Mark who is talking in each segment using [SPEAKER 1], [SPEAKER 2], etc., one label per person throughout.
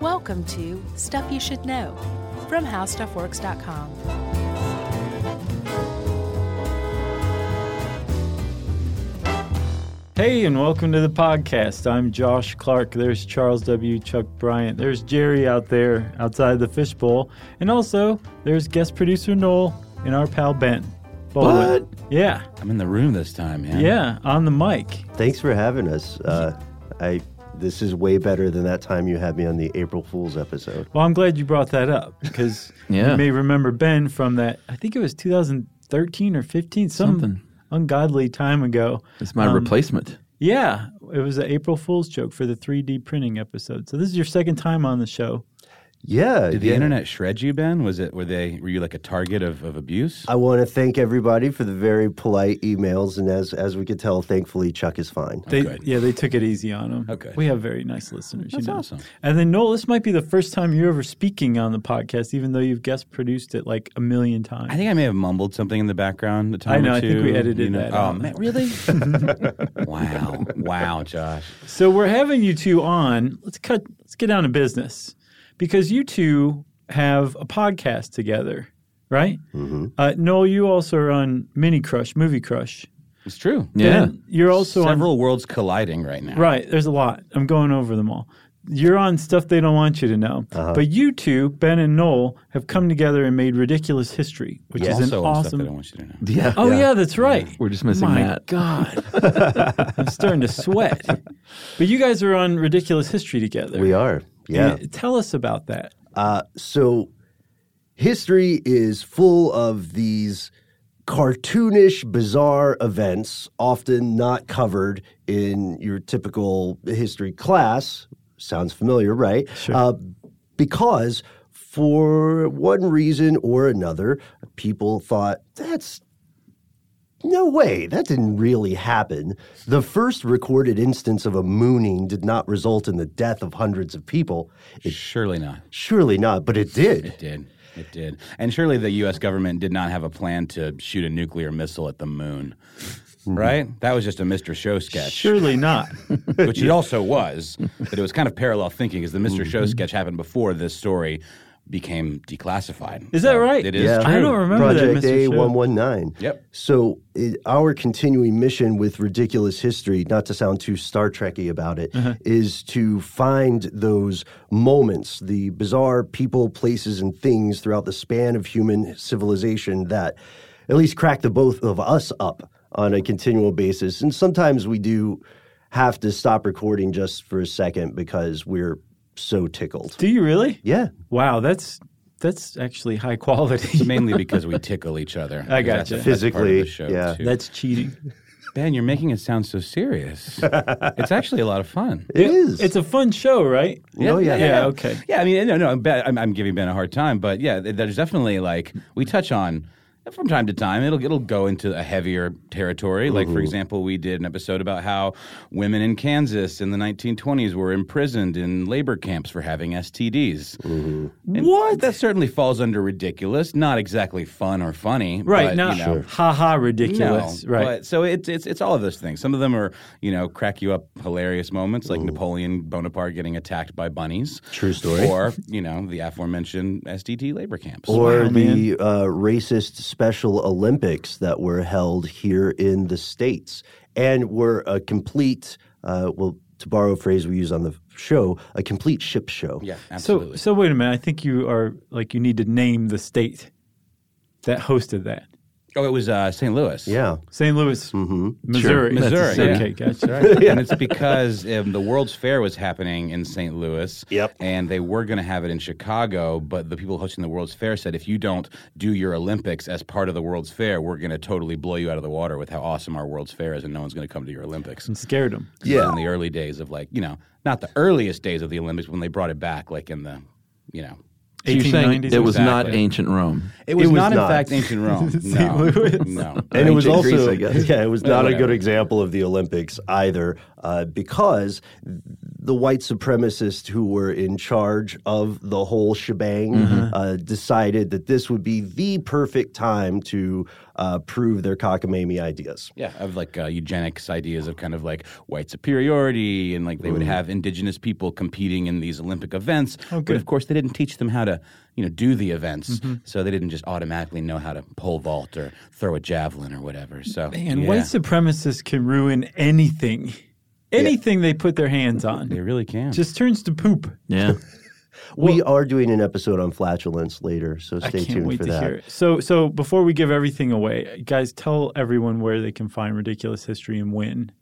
[SPEAKER 1] Welcome to Stuff You Should Know from HowStuffWorks.com.
[SPEAKER 2] Hey, and welcome to the podcast. I'm Josh Clark. There's Charles W. Chuck Bryant. There's Jerry out there outside the fishbowl. And also, there's guest producer Noel and our pal Ben. Bowlin. Yeah,
[SPEAKER 3] I'm in the room this time, man.
[SPEAKER 2] yeah, on the mic.
[SPEAKER 4] Thanks for having us. Uh, I this is way better than that time you had me on the April Fools episode.
[SPEAKER 2] Well, I'm glad you brought that up because
[SPEAKER 3] Yeah.
[SPEAKER 2] you may remember Ben from that, I think it was 2013 or 15, some
[SPEAKER 3] Something.
[SPEAKER 2] ungodly time ago.
[SPEAKER 3] It's my replacement.
[SPEAKER 2] Yeah, it was an April Fool's joke for the 3D printing episode. So this is your second time on the show.
[SPEAKER 4] Yeah,
[SPEAKER 3] Did the
[SPEAKER 4] yeah.
[SPEAKER 3] internet shred you, Ben? Was it were they were you like a target of, of abuse?
[SPEAKER 2] Uh,
[SPEAKER 4] I want to thank everybody for the very polite emails, and as as we could tell, thankfully Chuck is fine.
[SPEAKER 2] They,
[SPEAKER 3] Oh, good.
[SPEAKER 2] Yeah, they took it easy on them.
[SPEAKER 3] Okay.
[SPEAKER 2] We have very nice listeners.
[SPEAKER 3] That's
[SPEAKER 2] you know?
[SPEAKER 3] awesome.
[SPEAKER 2] And then, Noel, this might be the first time you're ever speaking on the podcast, even though you've guest produced it like a million times.
[SPEAKER 3] I think I may have mumbled something in the background the time.
[SPEAKER 2] I know,
[SPEAKER 3] Or
[SPEAKER 2] I think
[SPEAKER 3] two,
[SPEAKER 2] we edited that
[SPEAKER 3] Oh
[SPEAKER 2] out.
[SPEAKER 3] man, really? wow, wow, Josh.
[SPEAKER 2] So we're having you two on. Let's cut. Let's get down to business, because you two have a podcast together, right? Mm-hmm. Uh, Noel, you also are on Mini Crush, Movie Crush.
[SPEAKER 3] It's true.
[SPEAKER 2] Ben, you're also on
[SPEAKER 3] several worlds colliding right now.
[SPEAKER 2] Right. There's a lot. I'm going over them all. You're on stuff they don't want you to know.
[SPEAKER 4] Uh-huh.
[SPEAKER 2] But you two, Ben and Noel, have come together and made ridiculous history, which
[SPEAKER 3] Also
[SPEAKER 2] is an
[SPEAKER 3] on stuff
[SPEAKER 2] awesome.
[SPEAKER 3] that I want you to know.
[SPEAKER 4] Yeah.
[SPEAKER 2] oh yeah. that's right.
[SPEAKER 5] We're just missing
[SPEAKER 2] My
[SPEAKER 5] that.
[SPEAKER 2] God, I'm starting to sweat. But you guys are on ridiculous history together.
[SPEAKER 4] we are. Yeah.
[SPEAKER 2] And Tell us about that.
[SPEAKER 4] Uh, so history is full of these cartoonish, bizarre events, often not covered in your typical history class. Sounds familiar, right? Sure. Uh, because for one reason or another, people thought that's no way, that didn't really happen. The first recorded instance of a mooning did not result in the death of hundreds of people. It
[SPEAKER 3] Surely not.
[SPEAKER 4] Surely not, but it did.
[SPEAKER 3] It did. It did. And surely the U.S. government did not have a plan to shoot a nuclear missile at the moon, Mm-hmm. right? That was just a Mr. Show sketch.
[SPEAKER 2] Surely not.
[SPEAKER 3] which it also was. But it was kind of parallel thinking because the Mr. Show
[SPEAKER 2] Mm-hmm.
[SPEAKER 3] sketch happened before this story became declassified.
[SPEAKER 2] Is that
[SPEAKER 3] So
[SPEAKER 2] right?
[SPEAKER 3] It is
[SPEAKER 4] Yeah.
[SPEAKER 3] true.
[SPEAKER 2] I don't remember
[SPEAKER 4] Project
[SPEAKER 2] that, Mr. Show.
[SPEAKER 4] A119.
[SPEAKER 3] Yep.
[SPEAKER 4] So it, our continuing mission with Ridiculous History, not to sound too Star Trekky about it, is to find those moments, the bizarre people, places, and things throughout the span of human civilization that at least crack the both of us up on a continual basis. And sometimes we do have to stop recording just for a second because we're so tickled.
[SPEAKER 2] Do you really?
[SPEAKER 4] Yeah.
[SPEAKER 2] Wow, that's that's actually high quality.
[SPEAKER 3] Mainly because we tickle each other.
[SPEAKER 2] I
[SPEAKER 3] Because
[SPEAKER 2] gotcha.
[SPEAKER 3] that's- that's part of the
[SPEAKER 4] Physically,
[SPEAKER 3] show,
[SPEAKER 4] yeah.
[SPEAKER 3] too.
[SPEAKER 2] that's cheating.
[SPEAKER 3] ben, you're making it sound so serious. it's actually a lot of fun.
[SPEAKER 4] it is.
[SPEAKER 2] It's a fun show, right?
[SPEAKER 4] Oh, yeah.
[SPEAKER 2] Yeah. Okay.
[SPEAKER 3] Yeah, I mean, no, no, I'm, ba- I'm, I'm giving Ben a hard time, but yeah, th- there's definitely like we touch on from time to time. It'll it'll go into a heavier territory. Like
[SPEAKER 2] Mm-hmm.
[SPEAKER 3] for example, we did an episode about how women in Kansas in the 1920s were imprisoned in labor camps for having STDs. And
[SPEAKER 2] Mm-hmm. What?
[SPEAKER 3] That certainly falls under ridiculous. Not exactly fun or funny.
[SPEAKER 2] Right
[SPEAKER 3] but,
[SPEAKER 2] now,
[SPEAKER 3] you know,
[SPEAKER 2] ha ha,
[SPEAKER 3] no,
[SPEAKER 2] ridiculous. right.
[SPEAKER 3] But, so it's it's it's all of those things. Some of them are you know crack you up hilarious moments like Napoleon Bonaparte getting attacked by bunnies.
[SPEAKER 4] True story.
[SPEAKER 3] Or you know the aforementioned SDT labor camps.
[SPEAKER 4] or
[SPEAKER 2] Wow,
[SPEAKER 4] the uh, racist Special Olympics that were held here in the States and were a complete, uh, well, to borrow a phrase we use on the show, a complete ship show.
[SPEAKER 3] yeah,
[SPEAKER 2] so,
[SPEAKER 3] absolutely.
[SPEAKER 2] so wait a minute. I think you are like you need to name the state that hosted that.
[SPEAKER 3] oh, it was uh, St. Louis.
[SPEAKER 4] Yeah.
[SPEAKER 2] St. Louis, Missouri,
[SPEAKER 3] Mm-hmm. Sure. Missouri,
[SPEAKER 2] That's-
[SPEAKER 3] yeah.
[SPEAKER 2] Okay, gotcha.
[SPEAKER 3] That's right. and it's because um, the World's Fair was happening in St. Louis.
[SPEAKER 4] Yep.
[SPEAKER 3] And they were going to have it in Chicago, but the people hosting the World's Fair said, if you don't do your Olympics as part of the World's Fair, we're going to totally blow you out of the water with how awesome our World's Fair is, and no one's going to come to your Olympics.
[SPEAKER 2] And scared them.
[SPEAKER 4] Yeah.
[SPEAKER 3] In the early days of like, you know, not the earliest days of the Olympics when they brought it back, like in the, you know,
[SPEAKER 5] So you're saying
[SPEAKER 2] 1890s.
[SPEAKER 5] it was not
[SPEAKER 3] exactly.
[SPEAKER 5] ancient Rome.
[SPEAKER 3] it was,
[SPEAKER 4] was
[SPEAKER 3] not,
[SPEAKER 4] not.
[SPEAKER 3] in fact ancient Rome. no, no,
[SPEAKER 4] And it was
[SPEAKER 3] Ancient
[SPEAKER 4] also,
[SPEAKER 3] Greece, I guess.
[SPEAKER 4] yeah, it was not a
[SPEAKER 3] whatever.
[SPEAKER 4] good example of the Olympics either, uh, because the white supremacists who were in charge of the whole shebang
[SPEAKER 3] Mm-hmm.
[SPEAKER 4] uh, decided that this would be the perfect time to uh, prove their cockamamie ideas.
[SPEAKER 3] Yeah, of like uh, eugenics ideas of kind of like white superiority, and like they would have indigenous people competing in these Olympic events. but
[SPEAKER 2] good.
[SPEAKER 3] of course, they didn't teach them how to, you know, do the events, so they didn't just automatically know how to pole vault or throw a javelin or whatever. So
[SPEAKER 2] Man,
[SPEAKER 3] yeah,
[SPEAKER 2] white supremacists can ruin anything, anything they put their hands on.
[SPEAKER 3] they really can.
[SPEAKER 2] just turns to poop.
[SPEAKER 5] Yeah.
[SPEAKER 4] we are doing an episode on flatulence later, so stay
[SPEAKER 2] I can't
[SPEAKER 4] tuned
[SPEAKER 2] wait
[SPEAKER 4] for
[SPEAKER 2] to
[SPEAKER 4] that.
[SPEAKER 2] hear it. So, so before we give everything away, guys, tell everyone where they can find ridiculous history and when.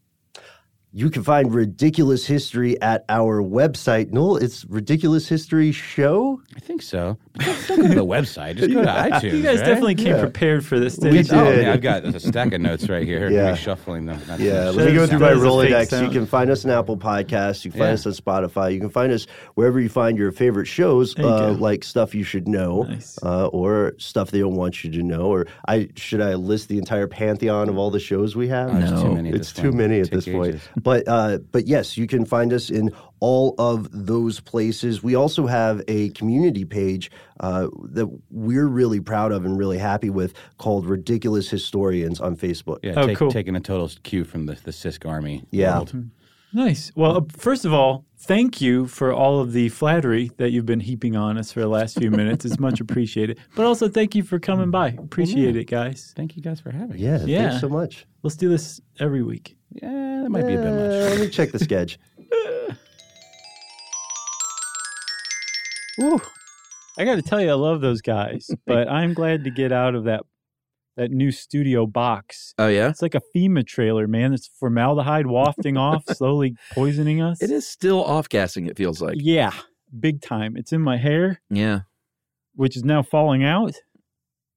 [SPEAKER 4] You can find Ridiculous History at our website. Noel, it's Ridiculous History Show.
[SPEAKER 3] I think so. But don't, don't go to the website. Just go to iTunes.
[SPEAKER 2] You guys
[SPEAKER 3] right?
[SPEAKER 2] definitely came prepared for this.
[SPEAKER 4] We
[SPEAKER 2] didn't
[SPEAKER 4] did.
[SPEAKER 2] you?
[SPEAKER 3] Oh, man, I've got a stack of notes right here.
[SPEAKER 4] Yeah.
[SPEAKER 3] Yeah. Shuffling them. That's
[SPEAKER 4] Yeah,
[SPEAKER 3] that's
[SPEAKER 4] let me go
[SPEAKER 2] Sounds-
[SPEAKER 4] through my
[SPEAKER 2] sounds a fake
[SPEAKER 4] Rolodex. You
[SPEAKER 2] sound.
[SPEAKER 4] can find us on Apple Podcasts. You can find
[SPEAKER 3] Yeah.
[SPEAKER 4] us on Spotify. You can find us wherever you find your favorite shows,
[SPEAKER 2] you go.
[SPEAKER 4] uh, like Stuff You Should Know,
[SPEAKER 2] Nice.
[SPEAKER 4] uh, or Stuff They Don't Want You to Know. Or I should I list the entire pantheon of all the shows we have?
[SPEAKER 3] there's too No. many at
[SPEAKER 4] it's
[SPEAKER 3] this
[SPEAKER 4] too
[SPEAKER 3] point.
[SPEAKER 4] many at
[SPEAKER 3] Take
[SPEAKER 4] this point.
[SPEAKER 3] ages.
[SPEAKER 4] But uh, but yes, you can find us in all of those places. We also have a community page uh, that we're really proud of and really happy with called Ridiculous Historians on Facebook.
[SPEAKER 3] Yeah,
[SPEAKER 2] Oh,
[SPEAKER 3] take-
[SPEAKER 2] cool.
[SPEAKER 3] taking a total cue from the, the CISC Army.
[SPEAKER 4] Yeah.
[SPEAKER 3] world.
[SPEAKER 2] Nice. Well, uh, first of all, thank you for all of the flattery that you've been heaping on us for the last few minutes. It's much appreciated. But also, thank you for coming by. Appreciate it, guys.
[SPEAKER 3] Thank you guys for having
[SPEAKER 4] Yeah,
[SPEAKER 2] Yeah.
[SPEAKER 4] thanks so much.
[SPEAKER 2] Let's do this every week.
[SPEAKER 3] me. Yeah, that might be a bit much.
[SPEAKER 4] Uh, let me check the sketch.
[SPEAKER 2] Ooh, I got to tell you, I love those guys, but I'm glad to get out of that that new studio box.
[SPEAKER 5] Oh yeah.
[SPEAKER 2] It's like a FEMA trailer, man. It's formaldehyde wafting off, slowly poisoning us.
[SPEAKER 5] It is still off gassing, it feels like.
[SPEAKER 2] Yeah, big time. It's in my hair,
[SPEAKER 5] Yeah.
[SPEAKER 2] which is now falling out.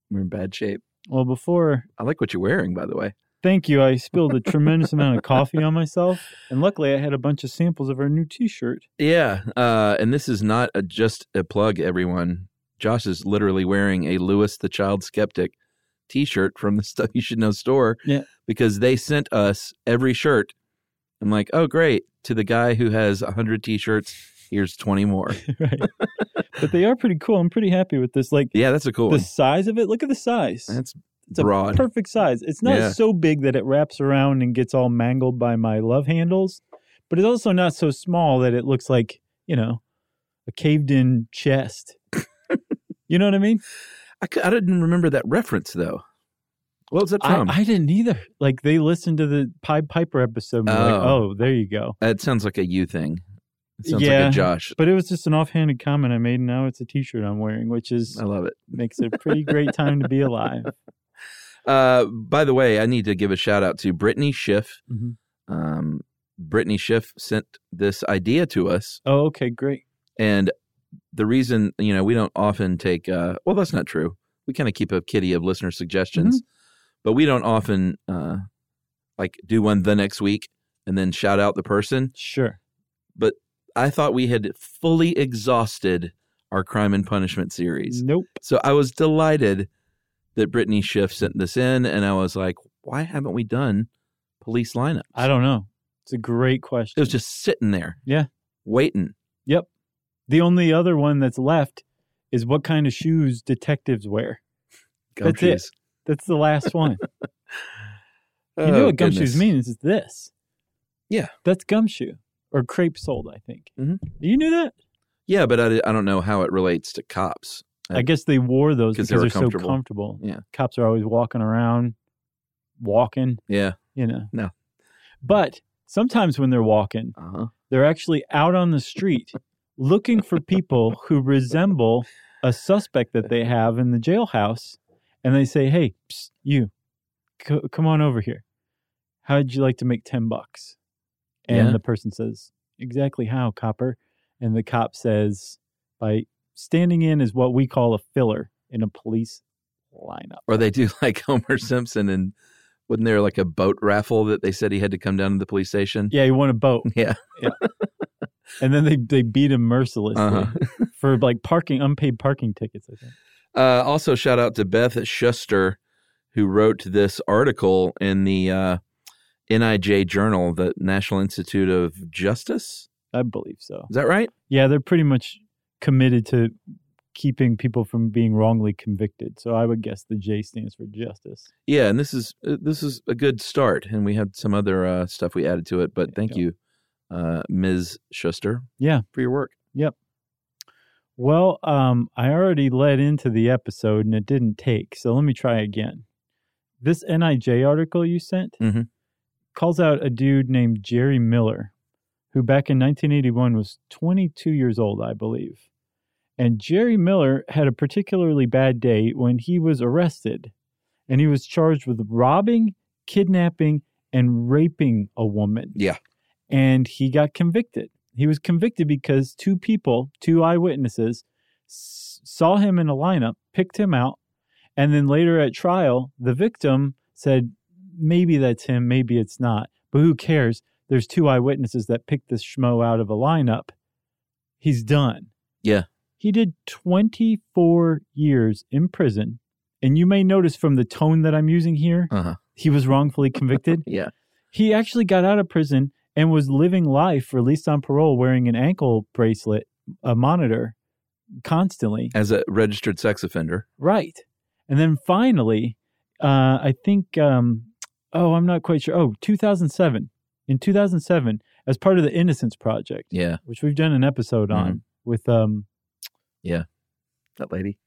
[SPEAKER 5] We're in bad shape.
[SPEAKER 2] Well, before
[SPEAKER 5] I like what you're wearing, by the way.
[SPEAKER 2] thank you, I spilled a tremendous amount of coffee on myself, and luckily I had a bunch of samples of our new T-shirt.
[SPEAKER 5] Yeah. Uh, and this is not a, just a plug, everyone. Josh is literally wearing a Lewis the Child Skeptic t shirt from the Stuff You Should Know store.
[SPEAKER 2] Yeah.
[SPEAKER 5] Because they sent us every shirt. I'm like, oh, great. To the guy who has 100 t shirts, here's 20 more.
[SPEAKER 2] right, but they are pretty cool. I'm pretty happy with this. Like
[SPEAKER 5] yeah, that's a cool
[SPEAKER 2] the
[SPEAKER 5] one.
[SPEAKER 2] size of it. Look at the size.
[SPEAKER 5] That's
[SPEAKER 2] It's a
[SPEAKER 5] broad.
[SPEAKER 2] perfect size. It's not
[SPEAKER 5] Yeah.
[SPEAKER 2] so big that it wraps around and gets all mangled by my love handles, but it's also not so small that it looks like, you know, a caved in chest. you know what I mean?
[SPEAKER 5] I, cou- I didn't remember that reference, though. What was that
[SPEAKER 2] I,
[SPEAKER 5] from?
[SPEAKER 2] I didn't either. Like they listened to the Pied Piper episode and were like,
[SPEAKER 5] Oh.
[SPEAKER 2] oh, there you go.
[SPEAKER 5] that sounds like a you thing. It sounds like
[SPEAKER 2] Yeah.
[SPEAKER 5] a Josh.
[SPEAKER 2] But it was just an offhanded comment I made, and now it's a t shirt I'm wearing, which is
[SPEAKER 5] I love it.
[SPEAKER 2] makes it a pretty great time to be alive.
[SPEAKER 5] Uh, by the way, I need to give a shout out to Brittany Schiff.
[SPEAKER 2] Mhm.
[SPEAKER 5] Um, Brittany Schiff sent this idea to us,
[SPEAKER 2] Oh, okay, great.
[SPEAKER 5] and the reason you know we don't often take uh, well, that's not true. We kind of keep a kitty of listener suggestions,
[SPEAKER 2] Mm-hmm.
[SPEAKER 5] but we don't often uh, like do one the next week and then shout out the person.
[SPEAKER 2] Sure.
[SPEAKER 5] I thought we had fully exhausted our crime and punishment series.
[SPEAKER 2] Nope.
[SPEAKER 5] So I was delighted that Brittany Schiff sent this in, and I was like, why haven't we done police lineups?
[SPEAKER 2] I don't know. It's a great question.
[SPEAKER 5] It was just sitting there.
[SPEAKER 2] Yeah.
[SPEAKER 5] Waiting.
[SPEAKER 2] The only other one that's left is what kind of shoes detectives wear. That's it.
[SPEAKER 5] Gumshoes.
[SPEAKER 2] That's the last one. you
[SPEAKER 5] Oh,
[SPEAKER 2] know what gumshoes
[SPEAKER 5] goodness.
[SPEAKER 2] means? It's this.
[SPEAKER 5] Yeah.
[SPEAKER 2] That's gumshoe or crepe sold, I think.
[SPEAKER 5] Mhm.
[SPEAKER 2] You knew that?
[SPEAKER 5] Yeah, but I, I don't know how it relates to cops.
[SPEAKER 2] I guess they wore those
[SPEAKER 5] 'Cause
[SPEAKER 2] because
[SPEAKER 5] they
[SPEAKER 2] they
[SPEAKER 5] were
[SPEAKER 2] are so
[SPEAKER 5] comfortable.
[SPEAKER 2] comfortable.
[SPEAKER 5] Yeah.
[SPEAKER 2] Cops are always walking around, walking,
[SPEAKER 5] Yeah.
[SPEAKER 2] you know.
[SPEAKER 5] No.
[SPEAKER 2] But sometimes when they're walking,
[SPEAKER 5] Uh-huh.
[SPEAKER 2] they're actually out on the street looking for people who resemble a suspect that they have in the jailhouse and they say hey psst, you c- come on over here how'd you like to make 10 bucks and
[SPEAKER 5] Yeah.
[SPEAKER 2] the person says exactly how copper and the cop says by standing in is what we call a filler in a police lineup
[SPEAKER 5] Or they do like Homer Simpson, and wasn't there like a boat raffle that they said he had to come down to the police station?
[SPEAKER 2] yeah you want a boat
[SPEAKER 5] Yeah.
[SPEAKER 2] and then they, they beat him mercilessly
[SPEAKER 5] Uh-huh.
[SPEAKER 2] for like parking unpaid parking tickets i think
[SPEAKER 5] Uh, also, shout out to Beth Schuster, who wrote this article in the uh, NIJ Journal, the National Institute of Justice.
[SPEAKER 2] I believe so.
[SPEAKER 5] Is that right?
[SPEAKER 2] Yeah, they're pretty much committed to keeping people from being wrongly convicted. So I would guess the J stands for justice.
[SPEAKER 5] Yeah, and this is uh, this is a good start, and we had some other uh, stuff we added to it, but thank you, uh, Ms. Schuster,
[SPEAKER 2] Yeah.
[SPEAKER 5] for your work.
[SPEAKER 2] Well, um, I already led into the episode and it didn't take. So let me try again. This NIJ article you sent
[SPEAKER 5] Mhm.
[SPEAKER 2] calls out a dude named Jerry Miller, who back in 1981 was 22 years old, I believe. And Jerry Miller had a particularly bad day when he was arrested and he was charged with robbing, kidnapping, and raping a woman and he got convicted. He was convicted because two people, two eyewitnesses, s- saw him in a lineup, picked him out, and then later at trial, the victim said, maybe that's him, maybe it's not, but who cares? There's two eyewitnesses that picked this schmo out of a lineup. He's done.
[SPEAKER 5] Yeah.
[SPEAKER 2] He did 24 years in prison. And you may notice from the tone that I'm using here,
[SPEAKER 5] Uh-huh.
[SPEAKER 2] he was wrongfully convicted.
[SPEAKER 5] Yeah.
[SPEAKER 2] He actually got out of prison and was living life released on parole wearing an ankle bracelet, a monitor constantly.
[SPEAKER 5] As a registered sex offender,
[SPEAKER 2] Right. And then finally, uh, I think, um, oh, I'm not quite sure. Oh, 2007. In 2007, as part of the Innocence Project,
[SPEAKER 5] yeah, Mm-hmm.
[SPEAKER 2] which we've done an episode on with, um,
[SPEAKER 5] that lady.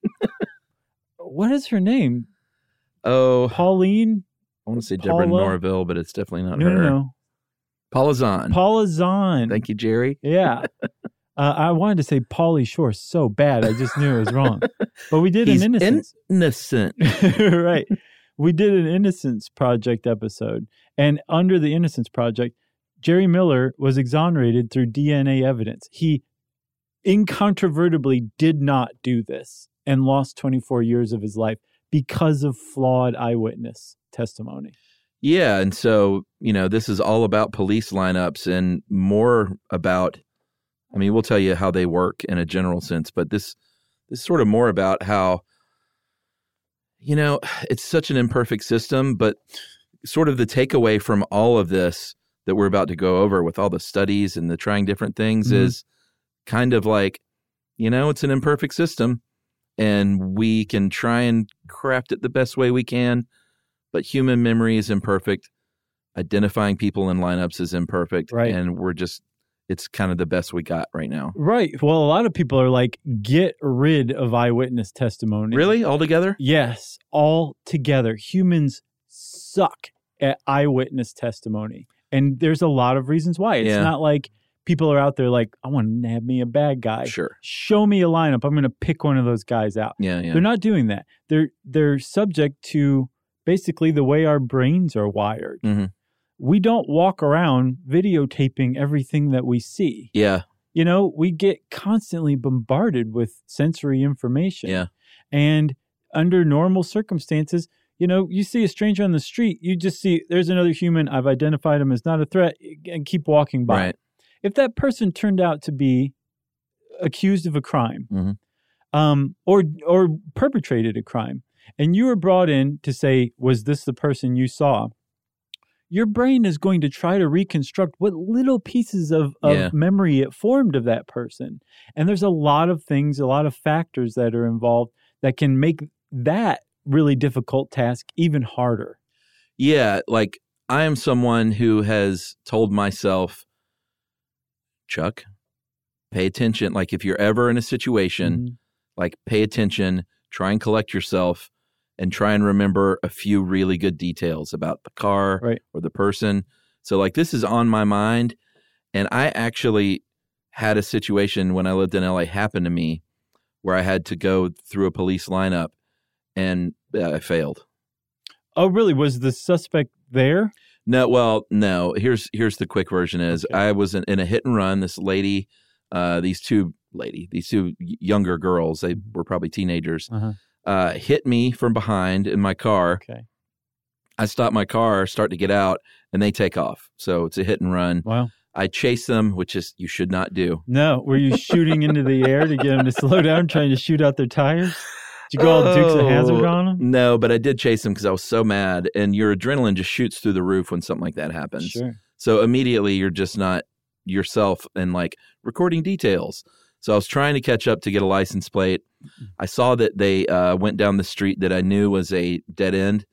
[SPEAKER 2] what is her name?
[SPEAKER 5] Oh, I
[SPEAKER 2] Pauline?
[SPEAKER 5] want to say Deborah
[SPEAKER 2] Paula?
[SPEAKER 5] Norville, but it's definitely not
[SPEAKER 2] No,
[SPEAKER 5] her.
[SPEAKER 2] no, no.
[SPEAKER 5] Paula Zahn.
[SPEAKER 2] Paula Zahn.
[SPEAKER 5] Thank you, Jerry.
[SPEAKER 2] Yeah. Uh, I wanted to say Pauly Shore so bad, I just knew it was wrong. But we did
[SPEAKER 5] He's
[SPEAKER 2] an innocence,
[SPEAKER 5] Innocent.
[SPEAKER 2] right? We did an innocence project episode, and under the innocence project, Jerry Miller was exonerated through DNA evidence. He incontrovertibly did not do this and lost 24 years of his life because of flawed eyewitness testimony.
[SPEAKER 5] Yeah, and so you know this is all about police lineups and more about. I mean, we'll tell you how they work in a general sense, but this this is sort of more about how you know it's such an imperfect system, but sort of the takeaway from all of this that we're about to go over with all the studies and the trying different things
[SPEAKER 2] Mhm.
[SPEAKER 5] is kind of like you know it's an imperfect system and we can try and craft it the best way we can but human memory is imperfect. Identifying people in lineups is imperfect,
[SPEAKER 2] Right.
[SPEAKER 5] and we're just it's kind of the best we got right now.
[SPEAKER 2] Right. Well, a lot of people are like, get rid of eyewitness testimony.
[SPEAKER 5] Really, all together?
[SPEAKER 2] Yes, all together. Humans suck at eyewitness testimony. And there's a lot of reasons why. It's
[SPEAKER 5] Yeah.
[SPEAKER 2] not like people are out there like, I want to nab me a bad guy.
[SPEAKER 5] Sure.
[SPEAKER 2] Show me a lineup. I'm going to pick one of those guys out.
[SPEAKER 5] Yeah, yeah.
[SPEAKER 2] They're not doing that. They're they're subject to basically the way our brains are wired.
[SPEAKER 5] Mhm.
[SPEAKER 2] We don't walk around videotaping everything that we see
[SPEAKER 5] yeah,
[SPEAKER 2] you know we get constantly bombarded with sensory information
[SPEAKER 5] Yeah.
[SPEAKER 2] and under normal circumstances you know you see a stranger on the street you just see there's another human i've identified him as not a threat and keep walking by
[SPEAKER 5] right.
[SPEAKER 2] if that person turned out to be accused of a crime
[SPEAKER 5] Mhm.
[SPEAKER 2] um, or or perpetrated a crime and you were brought in to say was this the person you saw your brain is going to try to reconstruct what little pieces of, of
[SPEAKER 5] Yeah.
[SPEAKER 2] memory it formed of that person and there's a lot of things a lot of factors that are involved that can make that really difficult task even harder
[SPEAKER 5] Yeah, like I am someone who has told myself, Chuck, pay attention. Like if you're ever in a situation,
[SPEAKER 2] Mhm.
[SPEAKER 5] like pay attention, try and collect yourself, and try and remember a few really good details about the car
[SPEAKER 2] Right.
[SPEAKER 5] or the person. So like this is on my mind, and I actually had a situation when I lived in LA happen to me where I had to go through a police lineup, and uh, I failed.
[SPEAKER 2] oh really was the suspect there
[SPEAKER 5] No, well, no. Here's here's the quick version: is
[SPEAKER 2] Okay.
[SPEAKER 5] I was in, in a hit and run. This lady, uh, these two lady, these two y- younger girls, they were probably teenagers,
[SPEAKER 2] Mm-hmm. Uh-huh.
[SPEAKER 5] uh, hit me from behind in my car.
[SPEAKER 2] okay
[SPEAKER 5] I stop my car, start to get out, and they take off. So it's a hit and run.
[SPEAKER 2] wow
[SPEAKER 5] I chase them, which is you should not do.
[SPEAKER 2] No, were you shooting into the air to get them to slow down, trying to shoot out their tires? Did you go all Dukes of Hazard
[SPEAKER 5] Oh.
[SPEAKER 2] on them?
[SPEAKER 5] No, but I did chase them because I was so mad, and your adrenaline just shoots through the roof when something like that happens.
[SPEAKER 2] Sure.
[SPEAKER 5] So immediately you're just not yourself and like recording details. So I was trying to catch up to get a license plate. I saw that they uh, went down the street that I knew was a dead end.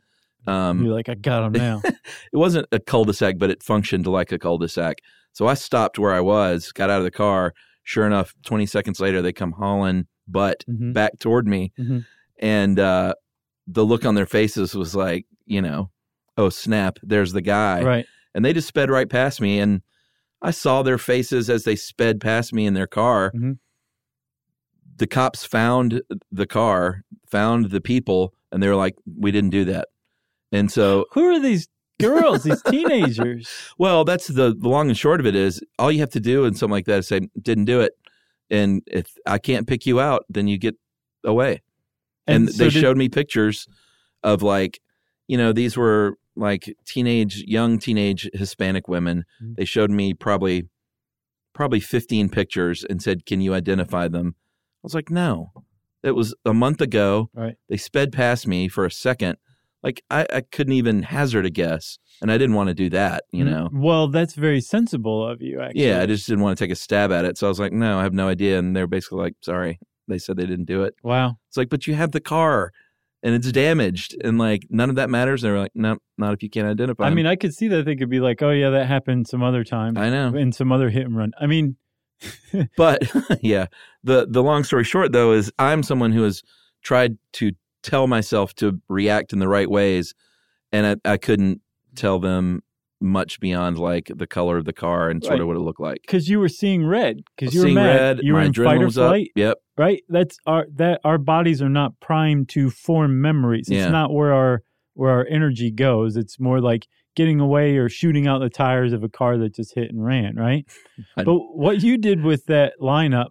[SPEAKER 5] Um,
[SPEAKER 2] You're like, I got him now.
[SPEAKER 5] it wasn't a cul-de-sac, but it functioned like a cul-de-sac. So I stopped where I was, got out of the car. Sure enough, 20 seconds later, they come hauling butt
[SPEAKER 2] Mhm.
[SPEAKER 5] back toward me.
[SPEAKER 2] Mhm.
[SPEAKER 5] And uh, the look on their faces was like, you know, oh, snap, there's the guy.
[SPEAKER 2] Right.
[SPEAKER 5] And they just sped right past me. And I saw their faces as they sped past me in their car.
[SPEAKER 2] Mhm.
[SPEAKER 5] The cops found the car, found the people, and they were like, we didn't do that. And so
[SPEAKER 2] Who are these girls, these teenagers?
[SPEAKER 5] well, that's the, the long and short of it is all you have to do in something like that is say, didn't do it. And if I can't pick you out, then you get away. And,
[SPEAKER 2] so
[SPEAKER 5] they
[SPEAKER 2] did-
[SPEAKER 5] showed me pictures of like, you know, these were like teenage, young teenage Hispanic women.
[SPEAKER 2] Mhm.
[SPEAKER 5] They showed me probably, probably 15 pictures and said, can you identify them? I was like, no, it was a month ago.
[SPEAKER 2] Right.
[SPEAKER 5] They sped past me for a second. Like I, I couldn't even hazard a guess. And I didn't want to do that, you
[SPEAKER 2] Mm-hmm.
[SPEAKER 5] know?
[SPEAKER 2] Mm, Well, that's very sensible of you, actually.
[SPEAKER 5] Yeah, I just didn't want to take a stab at it. So I was like, no, I have no idea. And they're basically like, sorry. They said they didn't do it.
[SPEAKER 2] Wow.
[SPEAKER 5] It's like, but you have the car and it's damaged. And like, none of that matters. And they were like, no, not if you can't identify.
[SPEAKER 2] I
[SPEAKER 5] them."
[SPEAKER 2] mean, I could see that they could be like, oh, yeah, that happened some other time
[SPEAKER 5] I know.
[SPEAKER 2] in some other hit and run. I mean,
[SPEAKER 5] But yeah, the, the long story short, though, is I'm someone who has tried to tell myself to react in the right ways. And I, I couldn't tell them much beyond like the color of the car and sort
[SPEAKER 2] Right.
[SPEAKER 5] of what it looked like.
[SPEAKER 2] because you were seeing red, because you were
[SPEAKER 5] Seeing
[SPEAKER 2] mad.
[SPEAKER 5] red,
[SPEAKER 2] you were
[SPEAKER 5] my
[SPEAKER 2] in
[SPEAKER 5] adrenaline
[SPEAKER 2] fight or
[SPEAKER 5] was up.
[SPEAKER 2] flight,
[SPEAKER 5] Yep.
[SPEAKER 2] right? That's our that our bodies are not primed to form memories. It's
[SPEAKER 5] Yeah.
[SPEAKER 2] not where our where our energy goes. It's more like getting away or shooting out the tires of a car that just hit and ran, right?
[SPEAKER 5] I-
[SPEAKER 2] but what you did with that lineup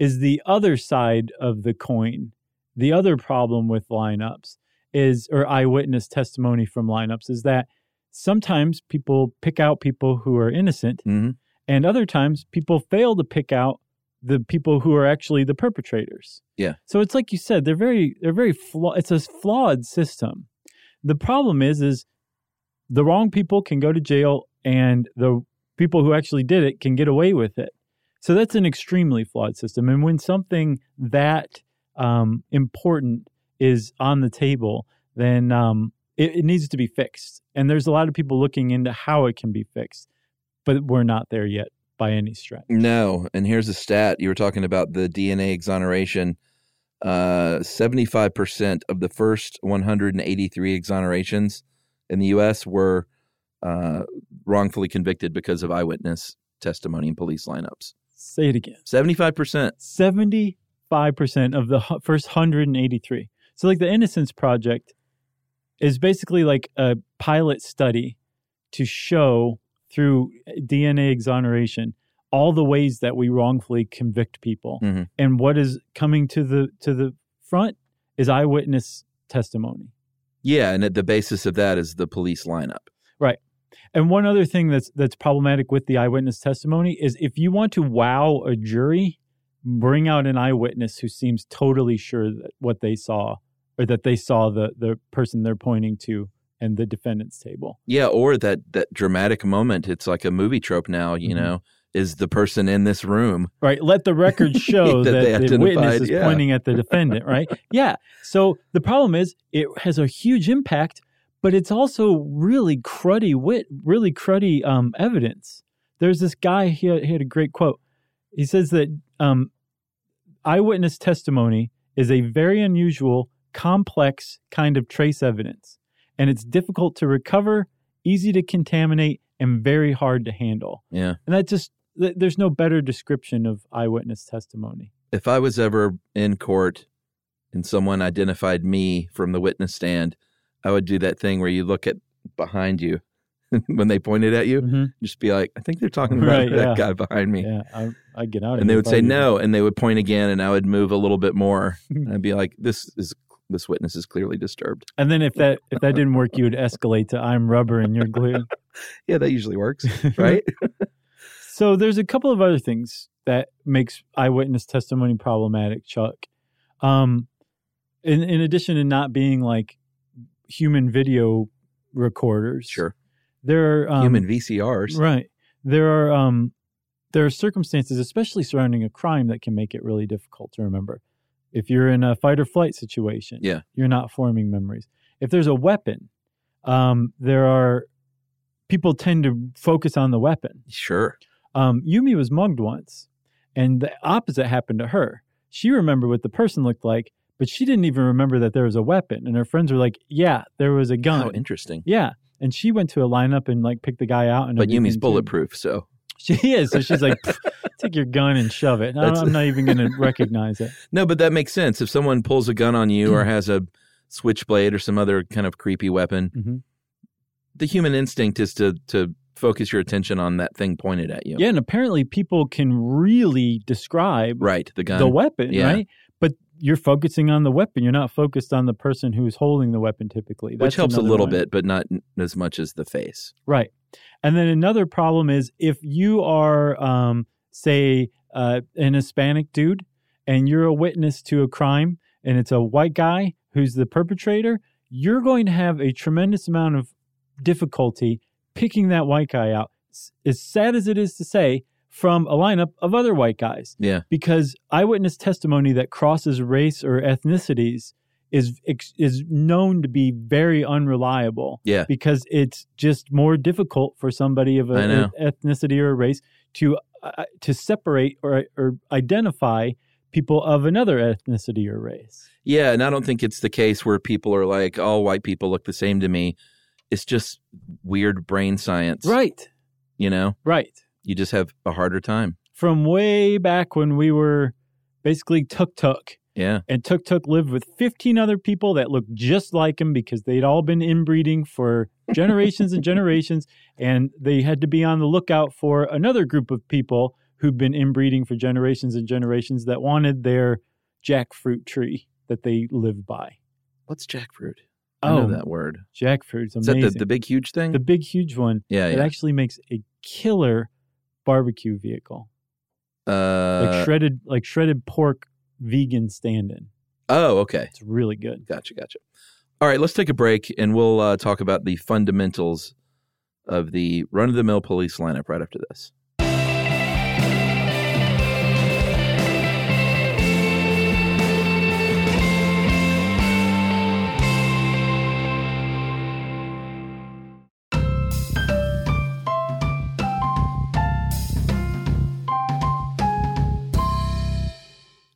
[SPEAKER 2] is the other side of the coin. The other problem with lineups is or eyewitness testimony from lineups is that sometimes people pick out people who are innocent
[SPEAKER 5] hmm
[SPEAKER 2] and other times people fail to pick out the people who are actually the perpetrators.
[SPEAKER 5] Yeah.
[SPEAKER 2] So it's like you said, they're very they're very flaw it's a flawed system. The problem is is the wrong people can go to jail and the people who actually did it can get away with it. So that's an extremely flawed system. And when something that um, important is on the table, then um, it, it needs to be fixed. And there's a lot of people looking into how it can be fixed, but we're not there yet by any stretch.
[SPEAKER 5] No, and here's a stat. You were talking about the DNA exoneration. Uh, 75% of the first 183 exonerations in the U.S. were uh, wrongfully convicted because of eyewitness testimony and police lineups.
[SPEAKER 2] Say it again
[SPEAKER 5] 75%.
[SPEAKER 2] 75% of the hu- first 183. So, like the Innocence Project is basically like a pilot study to show through uh, DNA exoneration all the ways that we wrongfully convict people.
[SPEAKER 5] Mhm.
[SPEAKER 2] And what is coming to the to the front is eyewitness testimony.
[SPEAKER 5] Yeah, and at the basis of that is the police lineup.
[SPEAKER 2] And one other thing that's that's problematic with the eyewitness testimony is if you want to wow a jury, bring out an eyewitness who seems totally sure that what they saw or that they saw the the person they're pointing to and the defendant's table.
[SPEAKER 5] Yeah, or that, that dramatic moment. It's like a movie trope now, you
[SPEAKER 2] Mhm.
[SPEAKER 5] know, is the person in this room.
[SPEAKER 2] Right. Let the record show
[SPEAKER 5] That they
[SPEAKER 2] that, the witness
[SPEAKER 5] identified,
[SPEAKER 2] is
[SPEAKER 5] yeah.
[SPEAKER 2] pointing at the defendant, right? yeah. So the problem is it has a huge impact, but it's also really cruddy wit, really cruddy um, evidence. There's this guy, he had, he had a great quote. He says that um, eyewitness testimony is a very unusual, complex kind of trace evidence, and it's difficult to recover, easy to contaminate, and very hard to handle.
[SPEAKER 5] Yeah.
[SPEAKER 2] And that just, th- there's no better description of eyewitness testimony.
[SPEAKER 5] if I was ever in court and someone identified me from the witness stand, I would do that thing where you look at behind you when they pointed at you, just be like, I think they're talking about
[SPEAKER 2] Right,
[SPEAKER 5] that
[SPEAKER 2] yeah.
[SPEAKER 5] guy behind me.
[SPEAKER 2] Yeah, I, I get out of
[SPEAKER 5] And they
[SPEAKER 2] here
[SPEAKER 5] would
[SPEAKER 2] if I
[SPEAKER 5] say
[SPEAKER 2] did
[SPEAKER 5] no, and they would point again, and I would move a little bit more. And I'd be like, "This is this witness is clearly disturbed."
[SPEAKER 2] that. And then if that if that didn't work, you would escalate to I'm rubber and you're glue.
[SPEAKER 5] Yeah, that usually works, right?
[SPEAKER 2] So there's a couple of other things that makes eyewitness testimony problematic, Chuck. Um, in in addition to not being like human video recorders,
[SPEAKER 5] sure.
[SPEAKER 2] there are um,
[SPEAKER 5] Human VCRs.
[SPEAKER 2] Right. There are um there are circumstances, especially surrounding a crime, that can make it really difficult to remember. If you're in a fight or flight situation,
[SPEAKER 5] Yeah.
[SPEAKER 2] you're not forming memories. If there's a weapon, um, there are people tend to focus on the weapon.
[SPEAKER 5] Sure.
[SPEAKER 2] Um, Yumi was mugged once, and the opposite happened to her. She remembered what the person looked like, but she didn't even remember that there was a weapon. And her friends were like, "Yeah, there was a
[SPEAKER 5] How
[SPEAKER 2] gun."
[SPEAKER 5] interesting.
[SPEAKER 2] yeah, and she went to a lineup and like picked the guy out. And
[SPEAKER 5] But Yumi's
[SPEAKER 2] everything, too.
[SPEAKER 5] bulletproof, so
[SPEAKER 2] She is. So she's like, "Pff, "Take your gun and shove it." I don't-
[SPEAKER 5] That's-
[SPEAKER 2] I'm not even going to recognize it.
[SPEAKER 5] no. But that makes sense. If someone pulls a gun on you
[SPEAKER 2] Mm.
[SPEAKER 5] or has a switchblade or some other kind of creepy weapon,
[SPEAKER 2] Mhm.
[SPEAKER 5] the human instinct is to to focus your attention on that thing pointed at you.
[SPEAKER 2] Yeah, and apparently people can really describe
[SPEAKER 5] Right. The gun.
[SPEAKER 2] the weapon,
[SPEAKER 5] Yeah.
[SPEAKER 2] right? But you're focusing on the weapon. You're not focused on the person who's holding the weapon typically.
[SPEAKER 5] which
[SPEAKER 2] That's
[SPEAKER 5] helps a
[SPEAKER 2] another
[SPEAKER 5] little
[SPEAKER 2] one.
[SPEAKER 5] bit, but not n- as much as the face.
[SPEAKER 2] Right. And then another problem is if you are, um, say, uh, an Hispanic dude and you're a witness to a crime and it's a white guy who's the perpetrator, you're going to have a tremendous amount of difficulty picking that white guy out. S- As sad as it is to say, from a lineup of other white guys.
[SPEAKER 5] Yeah.
[SPEAKER 2] Because eyewitness testimony that crosses race or ethnicities is ex- is known to be very unreliable
[SPEAKER 5] Yeah.
[SPEAKER 2] because it's just more difficult for somebody of
[SPEAKER 5] I know.
[SPEAKER 2] an ethnicity or a race to uh, to separate or or identify people of another ethnicity or race.
[SPEAKER 5] Yeah, and I don't think it's the case where people are like, all white people look the same to me. It's just weird brain science.
[SPEAKER 2] Right.
[SPEAKER 5] You know,
[SPEAKER 2] Right.
[SPEAKER 5] you just have a harder time.
[SPEAKER 2] From way back when we were basically tuk tuk
[SPEAKER 5] Yeah.
[SPEAKER 2] and tuk tuk lived with 15 other people that looked just like him because they'd all been inbreeding for generations and generations and they had to be on the lookout for another group of people who'd been inbreeding for generations and generations that wanted their jackfruit tree that they lived by Oh,
[SPEAKER 5] What's jackfruit? I know that word.
[SPEAKER 2] jackfruit's
[SPEAKER 5] Is
[SPEAKER 2] amazing
[SPEAKER 5] that the, the big, huge thing?
[SPEAKER 2] The big huge one
[SPEAKER 5] yeah.
[SPEAKER 2] it
[SPEAKER 5] yeah.
[SPEAKER 2] actually makes a killer barbecue vehicle
[SPEAKER 5] Uh,
[SPEAKER 2] like shredded like shredded pork vegan stand-in
[SPEAKER 5] oh, okay.
[SPEAKER 2] it's really good
[SPEAKER 5] Gotcha. Gotcha. All right, let's take a break and we'll uh, talk about the fundamentals of the run of the mill police lineup right after this.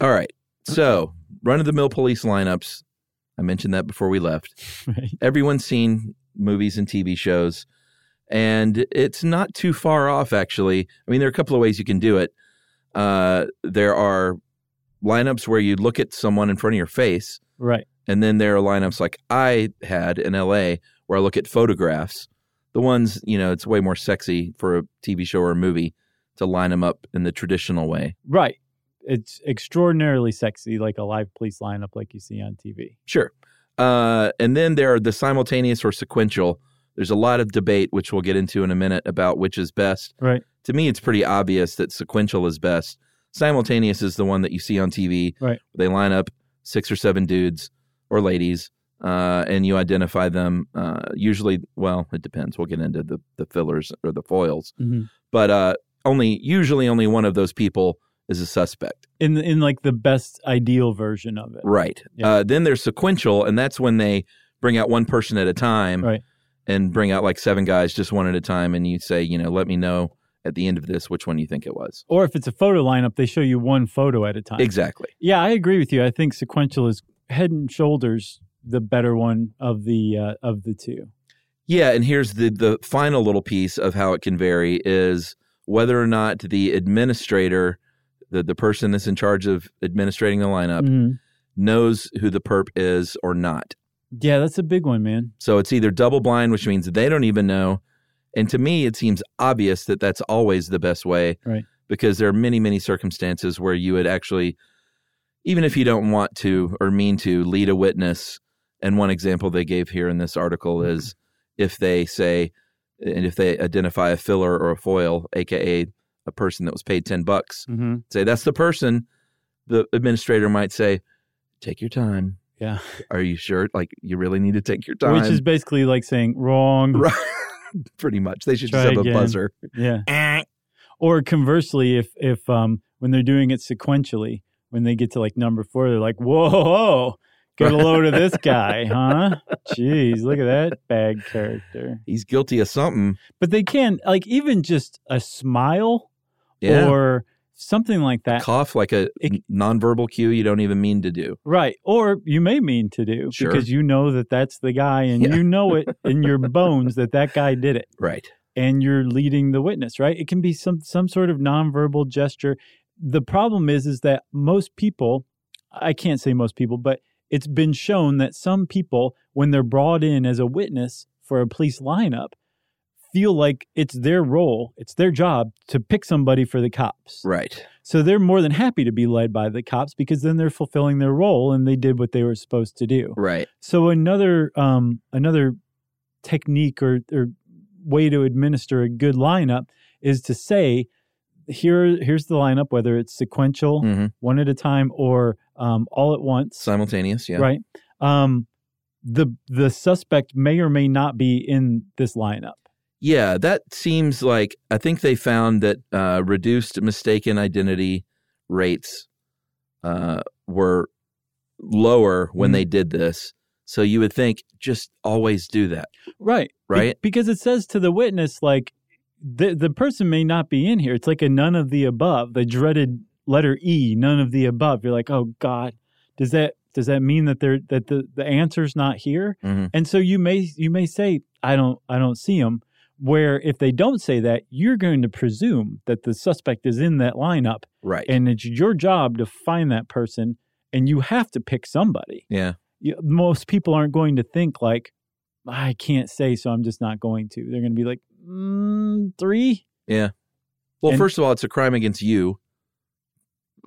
[SPEAKER 5] All right. So, run of the mill police lineups. I mentioned that before we left.
[SPEAKER 2] right
[SPEAKER 5] Everyone's seen movies and TV shows, and it's not too far off, actually. I mean, there are a couple of ways you can do it. Uh, there are lineups where you look at someone in front of your face,
[SPEAKER 2] right
[SPEAKER 5] and then there are lineups like I had in LA where I look at photographs. The ones, you know, it's way more sexy for a TV show or a movie to line them up in the traditional way.
[SPEAKER 2] Right. It's extraordinarily sexy, like a live police lineup like you see on TV.
[SPEAKER 5] Sure. Uh, and then there are the simultaneous or sequential. There's a lot of debate, which we'll get into in a minute, about which is best.
[SPEAKER 2] Right.
[SPEAKER 5] To me, it's pretty obvious that sequential is best. Simultaneous is the one that you see on TV.
[SPEAKER 2] Right.
[SPEAKER 5] They line up six or seven dudes or ladies, uh, and you identify them. Uh, usually, well, it depends. We'll get into the, the fillers or the foils, but uh, only usually only one of those people is a suspect.
[SPEAKER 2] In in like the best ideal version of it.
[SPEAKER 5] Right.
[SPEAKER 2] Yeah.
[SPEAKER 5] Uh, then there's sequential, and that's when they bring out one person at a time
[SPEAKER 2] Right.
[SPEAKER 5] and bring out like seven guys just one at a time. And you say, you know, let me know at the end of this which one you think it was.
[SPEAKER 2] Or if it's a photo lineup, they show you one photo at a time.
[SPEAKER 5] Exactly.
[SPEAKER 2] Yeah, I agree with you. I think sequential is head and shoulders the better one of the uh, of the two.
[SPEAKER 5] Yeah. And here's the, the final little piece of how it can vary is whether or not the administrator, the, the person that's in charge of administrating the lineup,
[SPEAKER 2] Mhm.
[SPEAKER 5] knows who the perp is or not.
[SPEAKER 2] Yeah, that's a big one, man.
[SPEAKER 5] So it's either double blind, which means they don't even know. And to me, it seems obvious that that's always the best way.
[SPEAKER 2] Right.
[SPEAKER 5] Because there are many, many circumstances where you would actually, even if you don't want to or mean to, lead a witness. And one example they gave here in this article is if they say, and if they identify a filler or a foil, AKA a person that was paid 10 bucks,
[SPEAKER 2] Mm-hmm.
[SPEAKER 5] say that's the person, the administrator might say, take your time.
[SPEAKER 2] Yeah,
[SPEAKER 5] Are you sure? Like, you really need to take your time.
[SPEAKER 2] which is basically like saying wrong.
[SPEAKER 5] Right. Pretty much. They should
[SPEAKER 2] Try
[SPEAKER 5] just have
[SPEAKER 2] again.
[SPEAKER 5] a buzzer.
[SPEAKER 2] Yeah. Or conversely, if if um when they're doing it sequentially, when they get to like number four, they're like, whoa. Get a load of this guy, huh? Jeez, look at that bag character.
[SPEAKER 5] He's guilty of something.
[SPEAKER 2] But they can, like, even just a smile
[SPEAKER 5] Yeah.
[SPEAKER 2] or something like that.
[SPEAKER 5] Cough like a
[SPEAKER 2] It-
[SPEAKER 5] nonverbal cue you don't even mean to do.
[SPEAKER 2] Right. Or you may mean to do
[SPEAKER 5] Sure.
[SPEAKER 2] because you know that that's the guy and
[SPEAKER 5] Yeah.
[SPEAKER 2] you know it in your bones that that guy did it
[SPEAKER 5] Right.
[SPEAKER 2] and you're leading the witness, right? It can be some some sort of nonverbal gesture. The problem is is that most people, I can't say most people, but it's been shown that some people when they're brought in as a witness for a police lineup feel like it's their role, it's their job to pick somebody for the cops.
[SPEAKER 5] Right.
[SPEAKER 2] So they're more than happy to be led by the cops because then they're fulfilling their role and they did what they were supposed to do.
[SPEAKER 5] Right.
[SPEAKER 2] So another um, another technique or, or way to administer a good lineup is to say here here's the lineup whether it's sequential
[SPEAKER 5] hmm
[SPEAKER 2] one at a time or um, all at once
[SPEAKER 5] Simultaneous. Yeah.
[SPEAKER 2] right um, the the suspect may or may not be in this lineup
[SPEAKER 5] Yeah, that seems like I think they found that uh, reduced mistaken identity rates uh, were lower when
[SPEAKER 2] Mm.
[SPEAKER 5] they did this. So you would think just always do that,
[SPEAKER 2] right Be-
[SPEAKER 5] right?
[SPEAKER 2] because it says to the witness like the the person may not be in here it's like a none of the above the dreaded letter e none of the above you're like oh god does that does that mean that they're that the the answer's not here
[SPEAKER 5] Mhm.
[SPEAKER 2] and so you may you may say i don't i don't see him where if they don't say that you're going to presume that the suspect is in that lineup
[SPEAKER 5] Right.
[SPEAKER 2] and it's your job to find that person and you have to pick somebody
[SPEAKER 5] yeah.
[SPEAKER 2] you, most people aren't going to think like I can't say, so I'm just not going to. They're going to be like mm, three.
[SPEAKER 5] Well,
[SPEAKER 2] And-
[SPEAKER 5] first of all, it's a crime against you.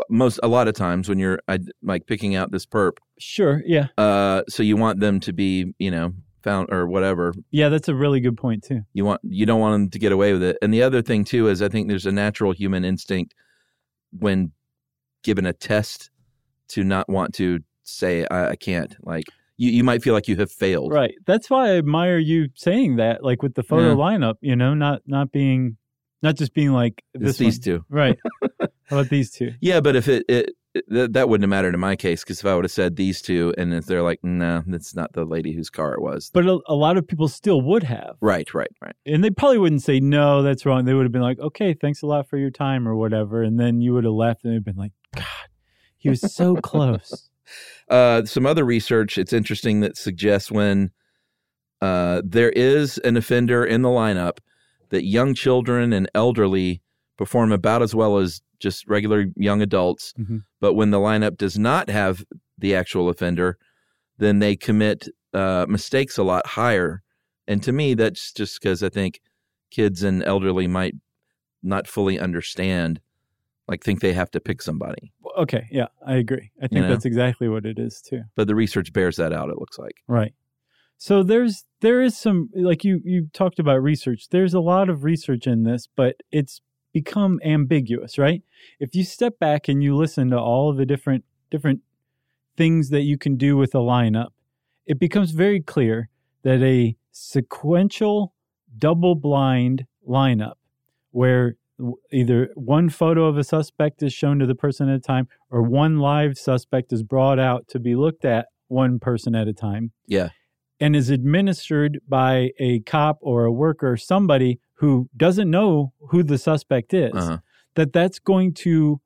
[SPEAKER 5] Most a lot of times when you're I, like picking out this perp,
[SPEAKER 2] Sure, yeah,
[SPEAKER 5] uh, so you want them to be, you know, found or whatever.
[SPEAKER 2] yeah. That's a really good point too.
[SPEAKER 5] You want you don't want them to get away with it. And the other thing too is I think there's a natural human instinct when given a test to not want to say I, I can't. Like you, you might feel like you have failed.
[SPEAKER 2] Right. That's why I admire you saying that, like with the photo
[SPEAKER 5] Yeah.
[SPEAKER 2] lineup. You know, not not being, not just being like this.
[SPEAKER 5] It's these
[SPEAKER 2] one.
[SPEAKER 5] two.
[SPEAKER 2] Right. How about these two?
[SPEAKER 5] Yeah, but if it, it, it that, that wouldn't have mattered in my case because if I would have said these two and if they're like, no, that's not the lady whose car it was.
[SPEAKER 2] But a, a lot of people still would have,
[SPEAKER 5] Right, right, right.
[SPEAKER 2] and they probably wouldn't say no. That's wrong. They would have been like, okay, thanks a lot for your time or whatever, and then you would have left, and they'd been like, God, he was so close.
[SPEAKER 5] Uh, some other research it's interesting that suggests when uh, there is an offender in the lineup that young children and elderly perform about as well as just regular young adults
[SPEAKER 2] Mhm.
[SPEAKER 5] but when the lineup does not have the actual offender then they commit uh, mistakes a lot higher and to me that's just because i think kids and elderly might not fully understand like think they have to pick somebody
[SPEAKER 2] Okay, yeah, I agree. I think
[SPEAKER 5] know?
[SPEAKER 2] that's exactly what it is too.
[SPEAKER 5] but the research bears that out it looks like
[SPEAKER 2] Right. So there's there is some like you you talked about research. There's a lot of research in this, but it's become ambiguous, right? If you step back and you listen to all the different different things that you can do with a lineup, it becomes very clear that a sequential double blind lineup where w- either one photo of a suspect is shown to the person at a time or one live suspect is brought out to be looked at one person at a time.
[SPEAKER 5] Yeah.
[SPEAKER 2] And is administered by a cop or a worker, somebody who doesn't know who the suspect is,
[SPEAKER 5] Uh-huh.
[SPEAKER 2] that that's going to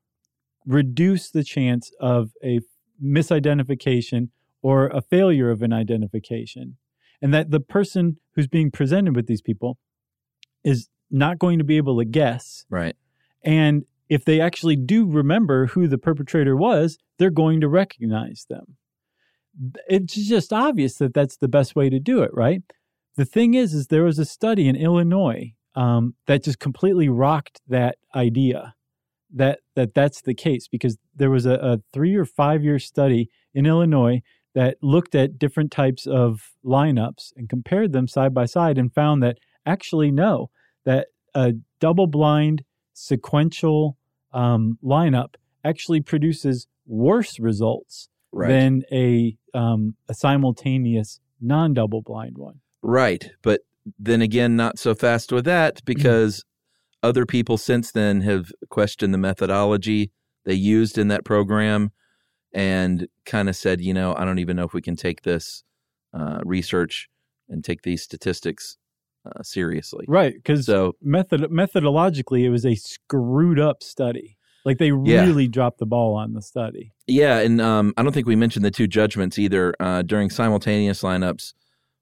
[SPEAKER 2] reduce the chance of a misidentification or a failure of an identification. And that the person who's being presented with these people is not going to be able to guess
[SPEAKER 5] Right.
[SPEAKER 2] and if they actually do remember who the perpetrator was, they're going to recognize them. It's just obvious that that's the best way to do it, right? The thing is, is there was a study in Illinois um, that just completely rocked that idea that that that's the case because there was a, a three or five year study in Illinois that looked at different types of lineups and compared them side by side and found that actually no, that a double blind sequential um, lineup actually produces worse results
[SPEAKER 5] Right.
[SPEAKER 2] than a um, a simultaneous non double blind one.
[SPEAKER 5] Mm-hmm. right. But then again, not so fast with that because other people since then have questioned the methodology they used in that program and kind of said, you know, I don't even know if we can take this uh, research and take these statistics uh, seriously.
[SPEAKER 2] Right, because
[SPEAKER 5] So,
[SPEAKER 2] method methodologically, it was a screwed up study. Like they
[SPEAKER 5] Yeah.
[SPEAKER 2] really dropped the ball on the study.
[SPEAKER 5] yeah, and um, I don't think we mentioned the two judgments either. Uh, during simultaneous lineups,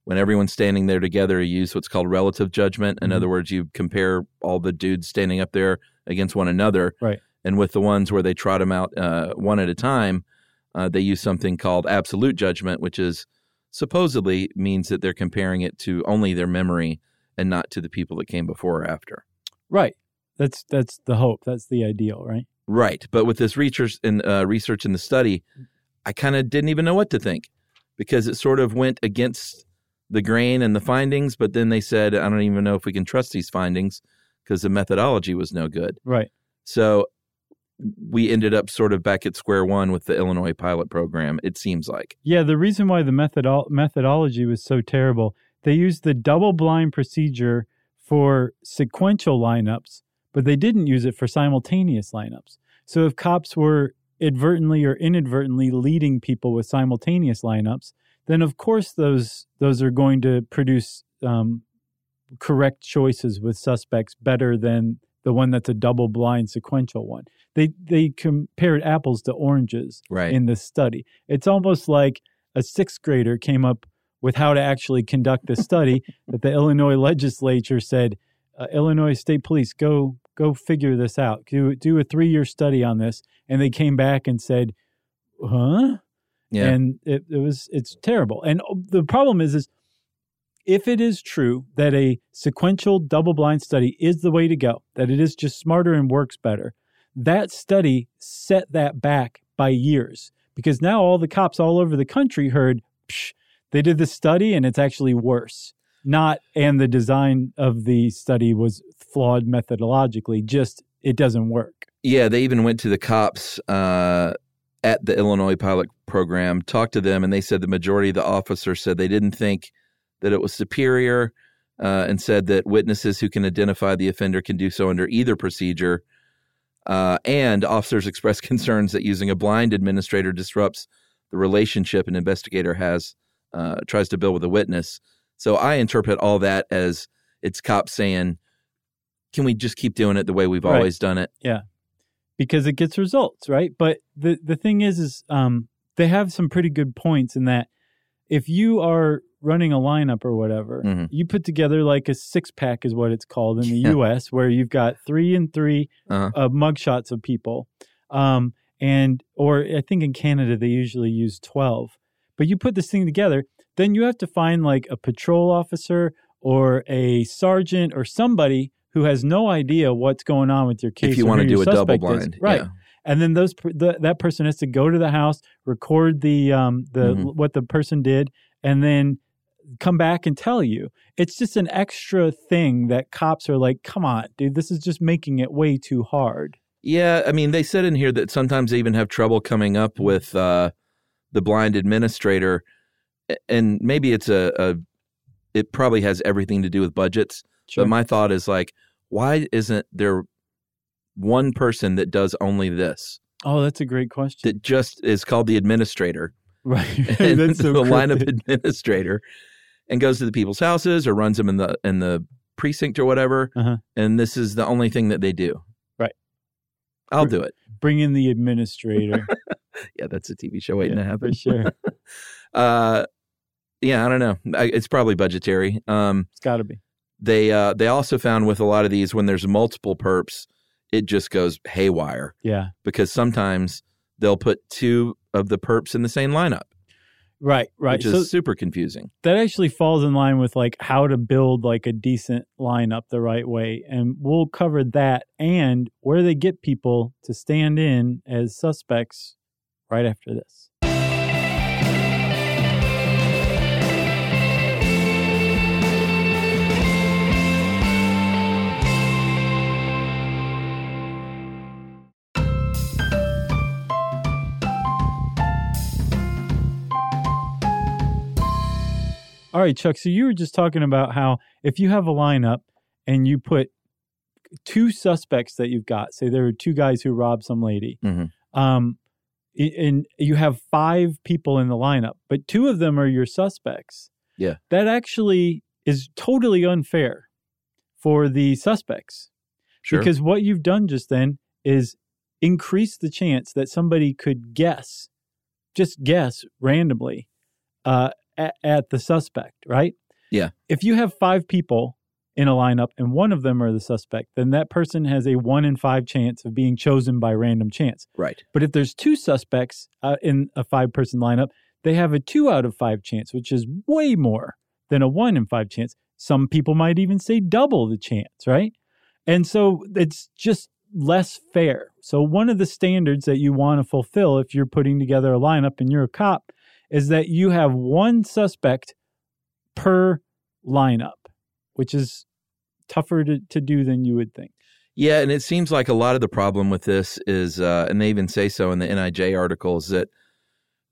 [SPEAKER 5] when everyone's standing there together, you use what's called relative judgment. In
[SPEAKER 2] Mhm.
[SPEAKER 5] other words, you compare all the dudes standing up there against one another.
[SPEAKER 2] Right.
[SPEAKER 5] And with the ones where they trot them out uh, one at a time, uh, they use something called absolute judgment, which is supposedly means that they're comparing it to only their memory and not to the people that came before or after.
[SPEAKER 2] Right. That's that's the hope. That's the ideal, right?
[SPEAKER 5] Right, but with this research and uh, research in the study, I kind of didn't even know what to think because it sort of went against the grain and the findings. But then they said, I don't even know if we can trust these findings because the methodology was no good.
[SPEAKER 2] Right.
[SPEAKER 5] So we ended up sort of back at square one with the Illinois pilot program. It seems like
[SPEAKER 2] Yeah, the reason why the methodol- methodology was so terrible, they used the double blind procedure for sequential lineups, but they didn't use it for simultaneous lineups. So if cops were advertently or inadvertently leading people with simultaneous lineups, then of course those those are going to produce um, correct choices with suspects better than the one that's a double blind sequential one. They they compared apples to oranges
[SPEAKER 5] right.
[SPEAKER 2] in this study. It's almost like a sixth grader came up with how to actually conduct this study that the Illinois legislature said, uh, Illinois State Police, go go figure this out. Do do a three year study on this, and they came back and said, huh?
[SPEAKER 5] yeah,
[SPEAKER 2] and it, it was it's terrible and oh, the problem is is if it is true that a sequential double blind study is the way to go that it is just smarter and works better that study set that back by years because now all the cops all over the country heard Psh, they did the study and it's actually worse not and the design of the study was flawed methodologically just it doesn't work
[SPEAKER 5] Yeah, they even went to the cops uh, at the Illinois pilot program, talked to them, and they said the majority of the officers said they didn't think that it was superior uh, and said that witnesses who can identify the offender can do so under either procedure. Uh, and officers expressed concerns that using a blind administrator disrupts the relationship an investigator has uh, tries to build with a witness. So I interpret all that as it's cops saying, "Can we just keep doing it the way we've
[SPEAKER 2] Right.
[SPEAKER 5] always done it?"
[SPEAKER 2] because it gets results, right? But the the thing is, is um, they have some pretty good points in that if you are running a lineup or whatever,
[SPEAKER 5] Mhm.
[SPEAKER 2] you put together like a six pack is what it's called in the
[SPEAKER 5] Yeah.
[SPEAKER 2] U.S., where you've got three and 3
[SPEAKER 5] Uh-huh.
[SPEAKER 2] uh, mugshots of people, um, and or I think in Canada they usually use twelve. But you put this thing together, then you have to find like a patrol officer or a sergeant or somebody who has no idea what's going on with your case.
[SPEAKER 5] if you
[SPEAKER 2] or
[SPEAKER 5] want
[SPEAKER 2] who
[SPEAKER 5] to do
[SPEAKER 2] your
[SPEAKER 5] a double
[SPEAKER 2] suspect is.
[SPEAKER 5] blind.
[SPEAKER 2] right?
[SPEAKER 5] yeah.
[SPEAKER 2] and then those per- the, that person has to go to the house, record the um the
[SPEAKER 5] Mhm.
[SPEAKER 2] what the person did, and then come back and tell you. It's just an extra thing that cops are like, "Come on, dude, this is just making it way too hard."
[SPEAKER 5] Yeah, I mean, they said in here that sometimes they even have trouble coming up with uh, the blind administrator, A- and maybe it's a, a it probably has everything to do with budgets. But my thought is like, why isn't there one person that does only this
[SPEAKER 2] oh, that's a great question.
[SPEAKER 5] that just is called the administrator?
[SPEAKER 2] right,
[SPEAKER 5] and
[SPEAKER 2] that's so
[SPEAKER 5] the lineup
[SPEAKER 2] cryptic.
[SPEAKER 5] administrator and goes to the people's houses or runs them in the in the precinct or whatever
[SPEAKER 2] Uh-huh.
[SPEAKER 5] and this is the only thing that they do
[SPEAKER 2] Right.
[SPEAKER 5] i'll do it
[SPEAKER 2] Bring in the administrator
[SPEAKER 5] yeah that's a tv show waiting
[SPEAKER 2] Yeah,
[SPEAKER 5] to
[SPEAKER 2] for
[SPEAKER 5] happen
[SPEAKER 2] sure.
[SPEAKER 5] uh yeah i don't know I, it's probably budgetary um
[SPEAKER 2] It's got to be
[SPEAKER 5] they uh they also found with a lot of these when there's multiple perps it just goes haywire
[SPEAKER 2] yeah.
[SPEAKER 5] because sometimes they'll put two of the perps in the same lineup
[SPEAKER 2] Right, right.
[SPEAKER 5] which is super confusing
[SPEAKER 2] that actually falls in line with like how to build like a decent lineup the right way and we'll cover that and where they get people to stand in as suspects right after this all right chuck so you were just talking about how if you have a lineup and you put two suspects that you've got. Say there are two guys who robbed some lady.
[SPEAKER 5] Mhm.
[SPEAKER 2] Um, i- and you have five people in the lineup, but two of them are your suspects.
[SPEAKER 5] Yeah.
[SPEAKER 2] That actually is totally unfair for the suspects
[SPEAKER 5] Sure.
[SPEAKER 2] because what you've done just then is increase the chance that somebody could guess, just guess randomly uh, at, at the suspect, right?
[SPEAKER 5] Yeah.
[SPEAKER 2] If you have five people in a lineup and one of them are the suspect, then that person has a one in five chance of being chosen by random chance.
[SPEAKER 5] right.
[SPEAKER 2] But if there's two suspects uh, in a five person lineup, they have a two out of five chance, which is way more than a one in five chance. Some people might even say double the chance, right? And so it's just less fair. So, one of the standards that you want to fulfill if you're putting together a lineup and you're a cop is that you have one suspect per lineup, which is tougher to, to do than you would think.
[SPEAKER 5] Yeah, and it seems like a lot of the problem with this is, uh, and they even say so in the NIJ articles that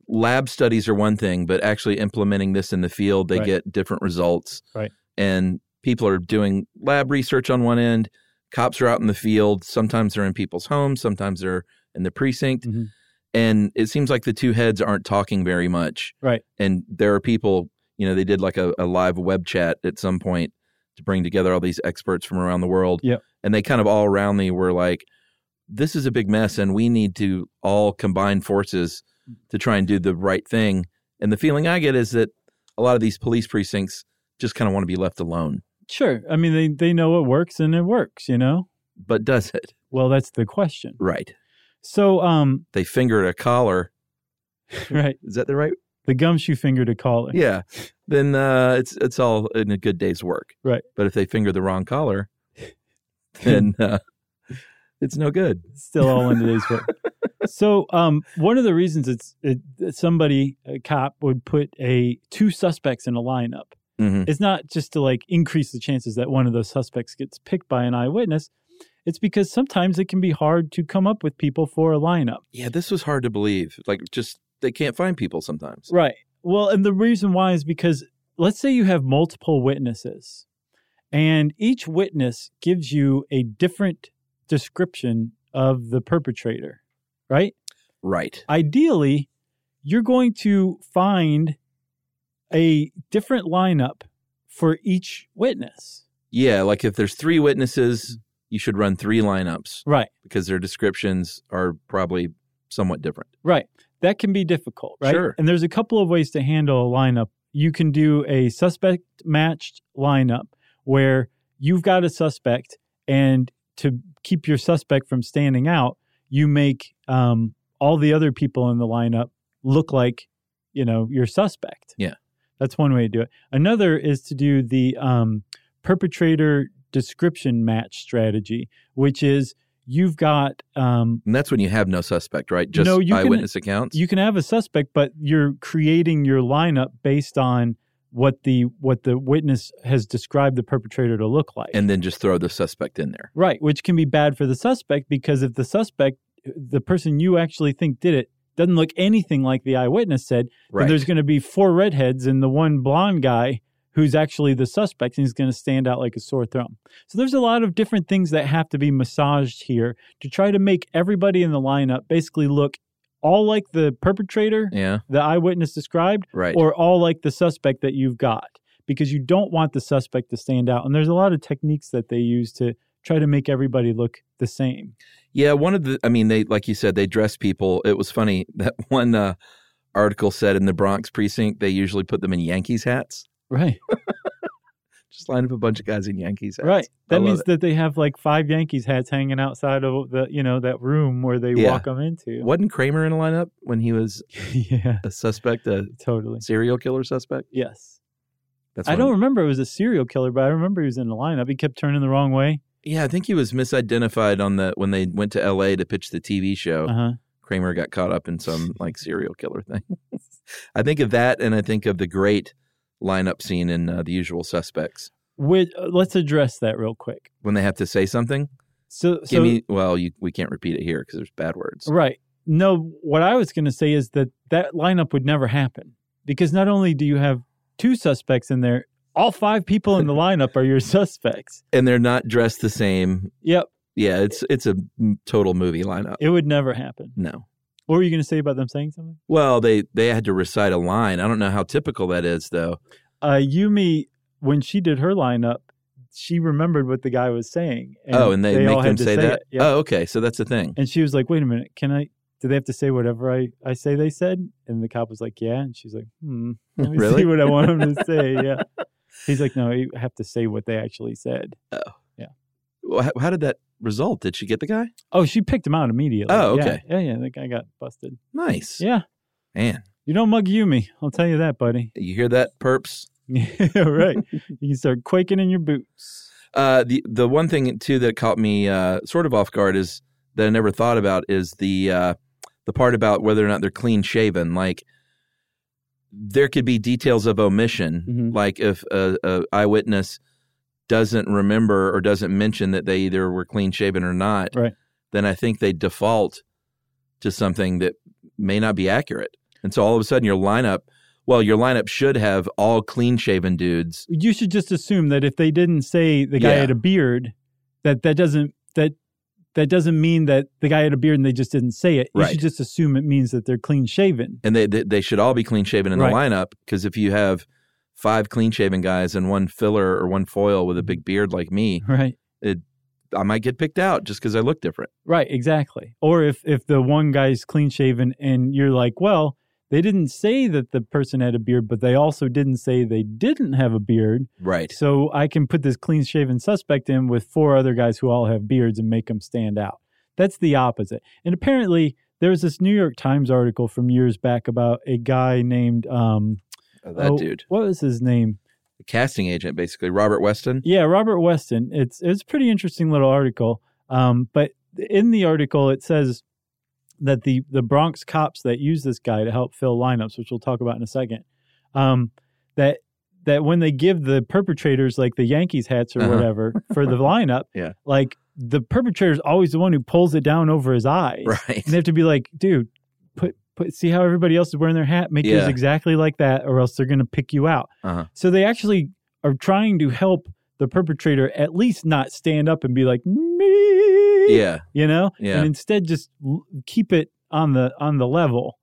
[SPEAKER 5] lab studies are one thing, but actually implementing this in the field, they
[SPEAKER 2] Right.
[SPEAKER 5] get different results.
[SPEAKER 2] Right.
[SPEAKER 5] And people are doing lab research on one end, cops are out in the field. Sometimes they're in people's homes, sometimes they're in the precinct,
[SPEAKER 2] Mhm.
[SPEAKER 5] and it seems like the two heads aren't talking very much.
[SPEAKER 2] Right.
[SPEAKER 5] And there are people, you know, they did like a, a live web chat at some point to bring together all these experts from around the world and they kind of all around me were like this is a big mess and we need to all combine forces to try and do the right thing and the feeling i get is that a lot of these police precincts just kind of want to be left alone
[SPEAKER 2] Sure. I mean, they, they know it works and it works, you know?
[SPEAKER 5] but does it
[SPEAKER 2] Well, that's the question.
[SPEAKER 5] right
[SPEAKER 2] So, um,
[SPEAKER 5] they fingered a collar
[SPEAKER 2] right,
[SPEAKER 5] is that the right
[SPEAKER 2] the gumshoe finger to collar.
[SPEAKER 5] yeah then uh, it's it's all in a good day's work
[SPEAKER 2] Right.
[SPEAKER 5] but if they finger the wrong collar then uh, it's no good
[SPEAKER 2] It's still all in today's work. So, um, one of the reasons it's it, that somebody, a cop, would put a two suspects in a lineup
[SPEAKER 5] hmm
[SPEAKER 2] is not just to like increase the chances that one of those suspects gets picked by an eyewitness. It's because sometimes it can be hard to come up with people for a lineup.
[SPEAKER 5] yeah this was hard to believe like just they can't find people sometimes
[SPEAKER 2] Right. Well, and the reason why is because let's say you have multiple witnesses, and each witness gives you a different description of the perpetrator, right?
[SPEAKER 5] right
[SPEAKER 2] Ideally, you're going to find a different lineup for each witness.
[SPEAKER 5] Yeah, like if there's three witnesses, you should run three lineups
[SPEAKER 2] Right.
[SPEAKER 5] because their descriptions are probably somewhat different.
[SPEAKER 2] Right. That can be difficult, right?
[SPEAKER 5] Sure.
[SPEAKER 2] And there's a couple of ways to handle a lineup. You can do a suspect matched lineup where you've got a suspect, and to keep your suspect from standing out, you make um, all the other people in the lineup look like, you know, your suspect.
[SPEAKER 5] Yeah.
[SPEAKER 2] That's one way to do it. Another is to do the um, perpetrator description match strategy, which is you've got um,
[SPEAKER 5] And that's when you have no suspect, right? Just
[SPEAKER 2] No, you can-
[SPEAKER 5] eyewitness accounts.
[SPEAKER 2] you can have a suspect, but you're creating your lineup based on what the what the witness has described the perpetrator to look like.
[SPEAKER 5] and then just throw the suspect in there.
[SPEAKER 2] right, which can be bad for the suspect because if the suspect, the person you actually think did it, doesn't look anything like the eyewitness said,
[SPEAKER 5] Right.
[SPEAKER 2] then there's going to be four redheads and the one blonde guy who's actually the suspect and he's going to stand out like a sore thumb. So there's a lot of different things that have to be massaged here to try to make everybody in the lineup basically look all like the perpetrator
[SPEAKER 5] yeah,
[SPEAKER 2] the eyewitness described
[SPEAKER 5] right.
[SPEAKER 2] or all like the suspect that you've got because you don't want the suspect to stand out and there's a lot of techniques that they use to try to make everybody look the same
[SPEAKER 5] yeah, one of the, I mean, they, like you said, they dress people. It was funny that one uh, article said in the Bronx precinct, they usually put them in Yankees hats.
[SPEAKER 2] right
[SPEAKER 5] Just line up a bunch of guys in Yankees hats.
[SPEAKER 2] right
[SPEAKER 5] I
[SPEAKER 2] that
[SPEAKER 5] love
[SPEAKER 2] means
[SPEAKER 5] it.
[SPEAKER 2] that they have like five yankees hats hanging outside of the you know that room where they
[SPEAKER 5] Yeah.
[SPEAKER 2] walk them into
[SPEAKER 5] Wasn't Kramer in a lineup when he was
[SPEAKER 2] yeah
[SPEAKER 5] a suspect, a
[SPEAKER 2] totally
[SPEAKER 5] serial killer suspect?
[SPEAKER 2] yes
[SPEAKER 5] That's
[SPEAKER 2] i
[SPEAKER 5] what
[SPEAKER 2] don't
[SPEAKER 5] I'm-
[SPEAKER 2] remember it was a serial killer but i remember he was in the lineup he kept turning the wrong way
[SPEAKER 5] Yeah, I think he was misidentified on the when they went to L.A. to pitch the TV show.
[SPEAKER 2] uh-huh
[SPEAKER 5] Kramer got caught up in some like serial killer thing. I think of that, and I think of the great lineup scene in uh, The Usual Suspects
[SPEAKER 2] Which, uh, let's address that real quick
[SPEAKER 5] when they have to say something.
[SPEAKER 2] so,
[SPEAKER 5] Give
[SPEAKER 2] so
[SPEAKER 5] me well, you, we can't repeat it here because there's bad words.
[SPEAKER 2] Right. No, what I was going to say is that that lineup would never happen because not only do you have two suspects in there, all five people in the lineup are your suspects.
[SPEAKER 5] and they're not dressed the same.
[SPEAKER 2] Yep,
[SPEAKER 5] Yeah, it's it's a m- total movie lineup.
[SPEAKER 2] it would never happen.
[SPEAKER 5] No.
[SPEAKER 2] What were you going to say about them saying something?
[SPEAKER 5] Well, they they had to recite a line. I don't know how typical that is though.
[SPEAKER 2] Uh, Yumi, when she did her lineup, she remembered what the guy was saying.
[SPEAKER 5] oh, and they,
[SPEAKER 2] all
[SPEAKER 5] make them
[SPEAKER 2] had to
[SPEAKER 5] say that.
[SPEAKER 2] it. Yeah.
[SPEAKER 5] Oh, okay. So that's a thing.
[SPEAKER 2] And she was like, wait a minute, can I? Do they have to say whatever I, I say they said? And the cop was like, yeah. And she's like, hmm, let me
[SPEAKER 5] Really?
[SPEAKER 2] see what I want them to say. Yeah. He's like, no, you have to say what they actually said.
[SPEAKER 5] Well, how, how did that result? Did she get the guy?
[SPEAKER 2] Oh, she picked him out immediately.
[SPEAKER 5] Oh,
[SPEAKER 2] Yeah.
[SPEAKER 5] okay.
[SPEAKER 2] Yeah, yeah, that guy got busted.
[SPEAKER 5] Nice.
[SPEAKER 2] Yeah.
[SPEAKER 5] Man,
[SPEAKER 2] You don't mug Yumi. I'll tell you that, buddy.
[SPEAKER 5] you hear that, perps?
[SPEAKER 2] yeah, right. you can start quaking in your boots.
[SPEAKER 5] Uh, the the one thing too that caught me uh, sort of off guard is that I never thought about is the uh, the part about whether or not they're clean shaven. Like there could be details of omission,
[SPEAKER 2] Mhm.
[SPEAKER 5] like if a, a eyewitness doesn't remember or doesn't mention that they either were clean shaven or not,
[SPEAKER 2] Right.
[SPEAKER 5] then I think they default to something that may not be accurate, and so all of a sudden your lineup. Well, your lineup should have all clean shaven dudes.
[SPEAKER 2] You should just assume that if they didn't say the guy
[SPEAKER 5] Yeah.
[SPEAKER 2] had a beard, that that doesn't that that doesn't mean that the guy had a beard and they just didn't say it. You
[SPEAKER 5] Right.
[SPEAKER 2] should just assume it means that they're clean shaven.
[SPEAKER 5] and they they, they should all be clean shaven in
[SPEAKER 2] Right.
[SPEAKER 5] the lineup because if you have five clean shaven guys and one filler or one foil with a big beard like me,
[SPEAKER 2] Right.
[SPEAKER 5] I might get picked out just because I look different.
[SPEAKER 2] Right, exactly. Or if if the one guy's clean shaven and you're like, well, they didn't say that the person had a beard, but they also didn't say they didn't have a beard.
[SPEAKER 5] Right.
[SPEAKER 2] So I can put this clean shaven suspect in with four other guys who all have beards and make them stand out. That's the opposite. And apparently, there was this New York Times article from years back about a guy named um,
[SPEAKER 5] that
[SPEAKER 2] oh,
[SPEAKER 5] dude,
[SPEAKER 2] What was his name?
[SPEAKER 5] the casting agent, basically Robert Weston.
[SPEAKER 2] Yeah, Robert Weston. It's it's a pretty interesting little article. Um, but in the article, it says that the the Bronx cops that use this guy to help fill lineups, which we'll talk about in a second, um, that that when they give the perpetrators like the Yankees hats or
[SPEAKER 5] Uh-huh.
[SPEAKER 2] whatever for the lineup,
[SPEAKER 5] Yeah.
[SPEAKER 2] like the perpetrator's always the one who pulls it down over his eyes.
[SPEAKER 5] Right.
[SPEAKER 2] And they have to be like, dude, put put see how everybody else is wearing their hat, make yours
[SPEAKER 5] Yeah.
[SPEAKER 2] exactly like that, or else they're gonna pick you out.
[SPEAKER 5] Uh-huh.
[SPEAKER 2] So they actually are trying to help the perpetrator at least not stand up and be like me,
[SPEAKER 5] Yeah.
[SPEAKER 2] you know,
[SPEAKER 5] Yeah.
[SPEAKER 2] and instead just l- keep it on the on the level,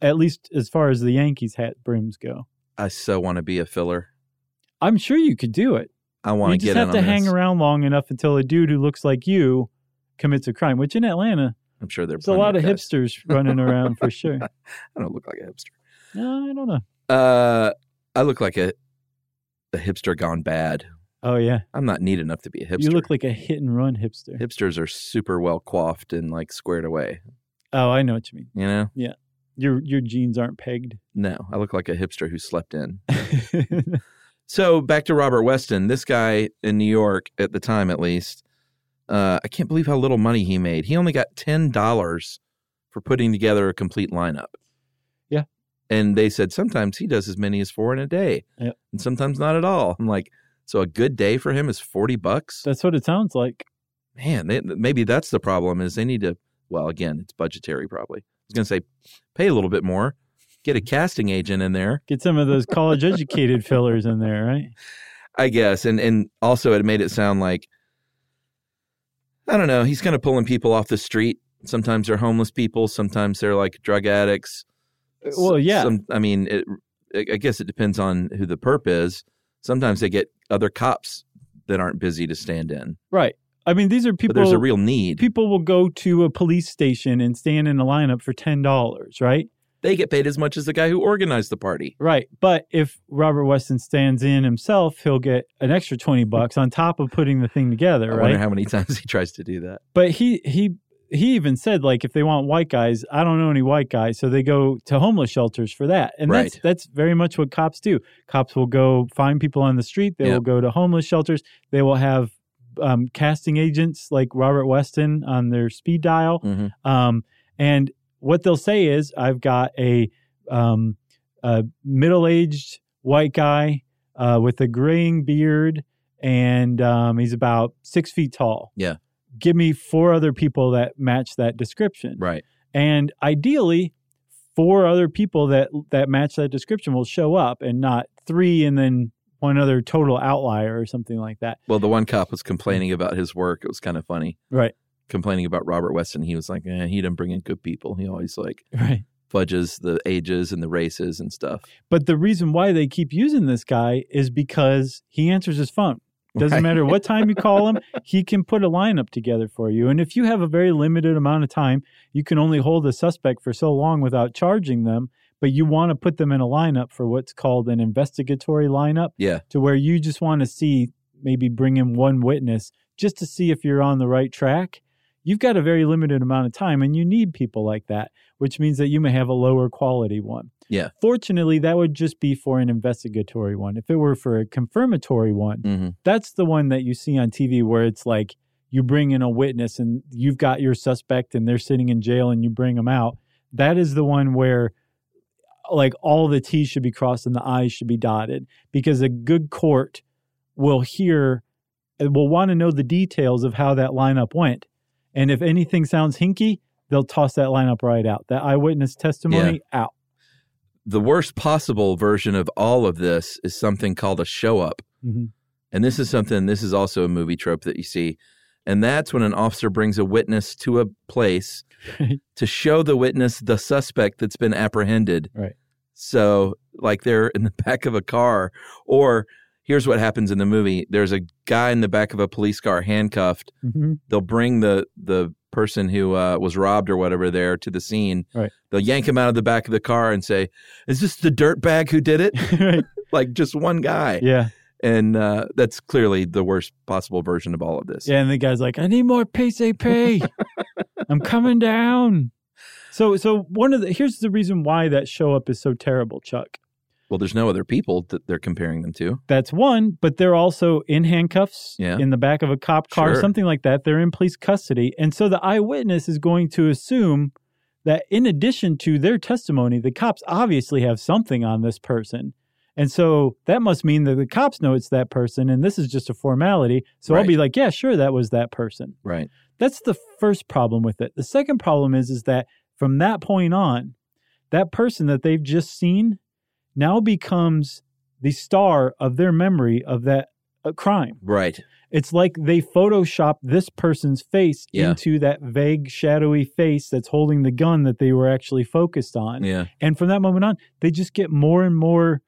[SPEAKER 2] at least as far as the Yankees hat brims go.
[SPEAKER 5] I so want to be a filler.
[SPEAKER 2] I'm sure you could do it.
[SPEAKER 5] I want
[SPEAKER 2] you
[SPEAKER 5] to get
[SPEAKER 2] just
[SPEAKER 5] in
[SPEAKER 2] have
[SPEAKER 5] on
[SPEAKER 2] to hang
[SPEAKER 5] this.
[SPEAKER 2] around long enough until a dude who looks like you commits a crime, which in Atlanta,
[SPEAKER 5] I'm sure there's
[SPEAKER 2] there's a lot of hipsters running around for sure.
[SPEAKER 5] I don't look like a hipster.
[SPEAKER 2] No, I don't know.
[SPEAKER 5] Uh, I look like a a hipster gone bad.
[SPEAKER 2] Oh yeah,
[SPEAKER 5] I'm not neat enough to be a hipster.
[SPEAKER 2] you look like a hit and run hipster.
[SPEAKER 5] hipsters are super well coiffed and like squared away.
[SPEAKER 2] Oh, I know what you mean.
[SPEAKER 5] You know.
[SPEAKER 2] Your your jeans aren't pegged.
[SPEAKER 5] No, I look like a hipster who slept in. So back to Robert Weston, this guy in New York at the time, at least. Uh, I can't believe how little money he made. He only got ten dollars for putting together a complete lineup.
[SPEAKER 2] Yeah.
[SPEAKER 5] and they said sometimes he does as many as four in a day,
[SPEAKER 2] Yeah.
[SPEAKER 5] and sometimes not at all. I'm like, so a good day for him is forty bucks.
[SPEAKER 2] That's what it sounds like.
[SPEAKER 5] Man, they, maybe that's the problem. Is they need to. Well, again, it's budgetary probably. I was going to say, pay a little bit more, get a casting agent in there.
[SPEAKER 2] Get some of those college educated fillers in there, right?
[SPEAKER 5] I guess, and and also it made it sound like I don't know. He's kind of pulling people off the street. Sometimes they're homeless people. Sometimes they're like drug addicts.
[SPEAKER 2] Uh, Well, yeah.
[SPEAKER 5] Some, I mean, it, I I guess it depends on who the perp is. Sometimes they get other cops that aren't busy to stand in,
[SPEAKER 2] right. I mean, these are
[SPEAKER 5] but there's
[SPEAKER 2] people.
[SPEAKER 5] a real need.
[SPEAKER 2] people will go to a police station and stand in a lineup for ten dollars, right?
[SPEAKER 5] they get paid as much as the guy who organized the party.
[SPEAKER 2] Right. But if Robert Weston stands in himself, he'll get an extra twenty bucks on top of putting the thing together,
[SPEAKER 5] I
[SPEAKER 2] right?
[SPEAKER 5] wonder how many times he tries to do that.
[SPEAKER 2] but he he he even said like if they want white guys i don't know any white guys so they go to homeless shelters for that and that's
[SPEAKER 5] Right.
[SPEAKER 2] that's very much what cops do cops will go find people on the street they will
[SPEAKER 5] Yep.
[SPEAKER 2] go to homeless shelters they will have um, casting agents like robert weston on their speed dial
[SPEAKER 5] Mhm.
[SPEAKER 2] um, and what they'll say is i've got a, um, a middle-aged white guy uh, with a graying beard and um, he's about six feet tall give me four other people that match that description
[SPEAKER 5] Right.
[SPEAKER 2] and ideally four other people that that match that description will show up and not three and then one other total outlier or something like that.
[SPEAKER 5] Well, the one cop was complaining about his work. It was kind of funny.
[SPEAKER 2] Right.
[SPEAKER 5] Complaining about Robert Weston. He was like, eh, he didn't bring in good people. He always like
[SPEAKER 2] Right.
[SPEAKER 5] fudges the ages and the races and stuff.
[SPEAKER 2] But the reason why they keep using this guy is because he answers his phone. Doesn't
[SPEAKER 5] Right.
[SPEAKER 2] matter what time you call him, he can put a lineup together for you. And if you have a very limited amount of time, you can only hold a suspect for so long without charging them, but you want to put them in a lineup for what's called an investigatory lineup
[SPEAKER 5] Yeah.
[SPEAKER 2] to where you just want to see maybe bring in one witness just to see if you're on the right track. You've got a very limited amount of time and you need people like that, which means that you may have a lower quality one.
[SPEAKER 5] Yeah.
[SPEAKER 2] Fortunately, that would just be for an investigatory one. If it were for a confirmatory one,
[SPEAKER 5] hmm
[SPEAKER 2] that's the one that you see on TV where it's like you bring in a witness and you've got your suspect and they're sitting in jail and you bring them out. That is the one where like all the T's should be crossed and the I's should be dotted because a good court will hear will want to know the details of how that lineup went. And if anything sounds hinky, they'll toss that lineup right out. That eyewitness testimony out.
[SPEAKER 5] The worst possible version of all of this is something called a show up.
[SPEAKER 2] Mhm.
[SPEAKER 5] And this is something, this is also a movie trope that you see. And that's when an officer brings a witness to a place
[SPEAKER 2] Right.
[SPEAKER 5] to show the witness the suspect that's been apprehended.
[SPEAKER 2] Right.
[SPEAKER 5] So, like they're in the back of a car, or here's what happens in the movie there's a guy in the back of a police car handcuffed.
[SPEAKER 2] Mhm.
[SPEAKER 5] They'll bring the, the person who uh, was robbed or whatever there to the scene.
[SPEAKER 2] Right.
[SPEAKER 5] They'll yank him out of the back of the car and say, Is this the dirtbag who did it?
[SPEAKER 2] right.
[SPEAKER 5] like just one guy
[SPEAKER 2] Yeah.
[SPEAKER 5] and uh, that's clearly the worst possible version of all of this.
[SPEAKER 2] Yeah, and the guy's like, "I need more PCP. I'm coming down." So, so one of the here's the reason why that show up is so terrible, Chuck.
[SPEAKER 5] Well, there's no other people that they're comparing them to.
[SPEAKER 2] That's one, but they're also in handcuffs
[SPEAKER 5] Yeah.
[SPEAKER 2] in the back of a cop car,
[SPEAKER 5] Sure.
[SPEAKER 2] something like that. They're in police custody, and so the eyewitness is going to assume that in addition to their testimony, the cops obviously have something on this person. And so that must mean that the cops know it's that person, and this is just a formality. So I'll
[SPEAKER 5] Right.
[SPEAKER 2] be like, yeah, sure, that was that person.
[SPEAKER 5] Right.
[SPEAKER 2] That's the first problem with it. The second problem is is that from that point on, that person that they've just seen now becomes the star of their memory of that uh, crime.
[SPEAKER 5] Right.
[SPEAKER 2] It's like they Photoshop this person's face
[SPEAKER 5] Yeah.
[SPEAKER 2] into that vague, shadowy face that's holding the gun that they were actually focused on.
[SPEAKER 5] Yeah.
[SPEAKER 2] And from that moment on, they just get more and more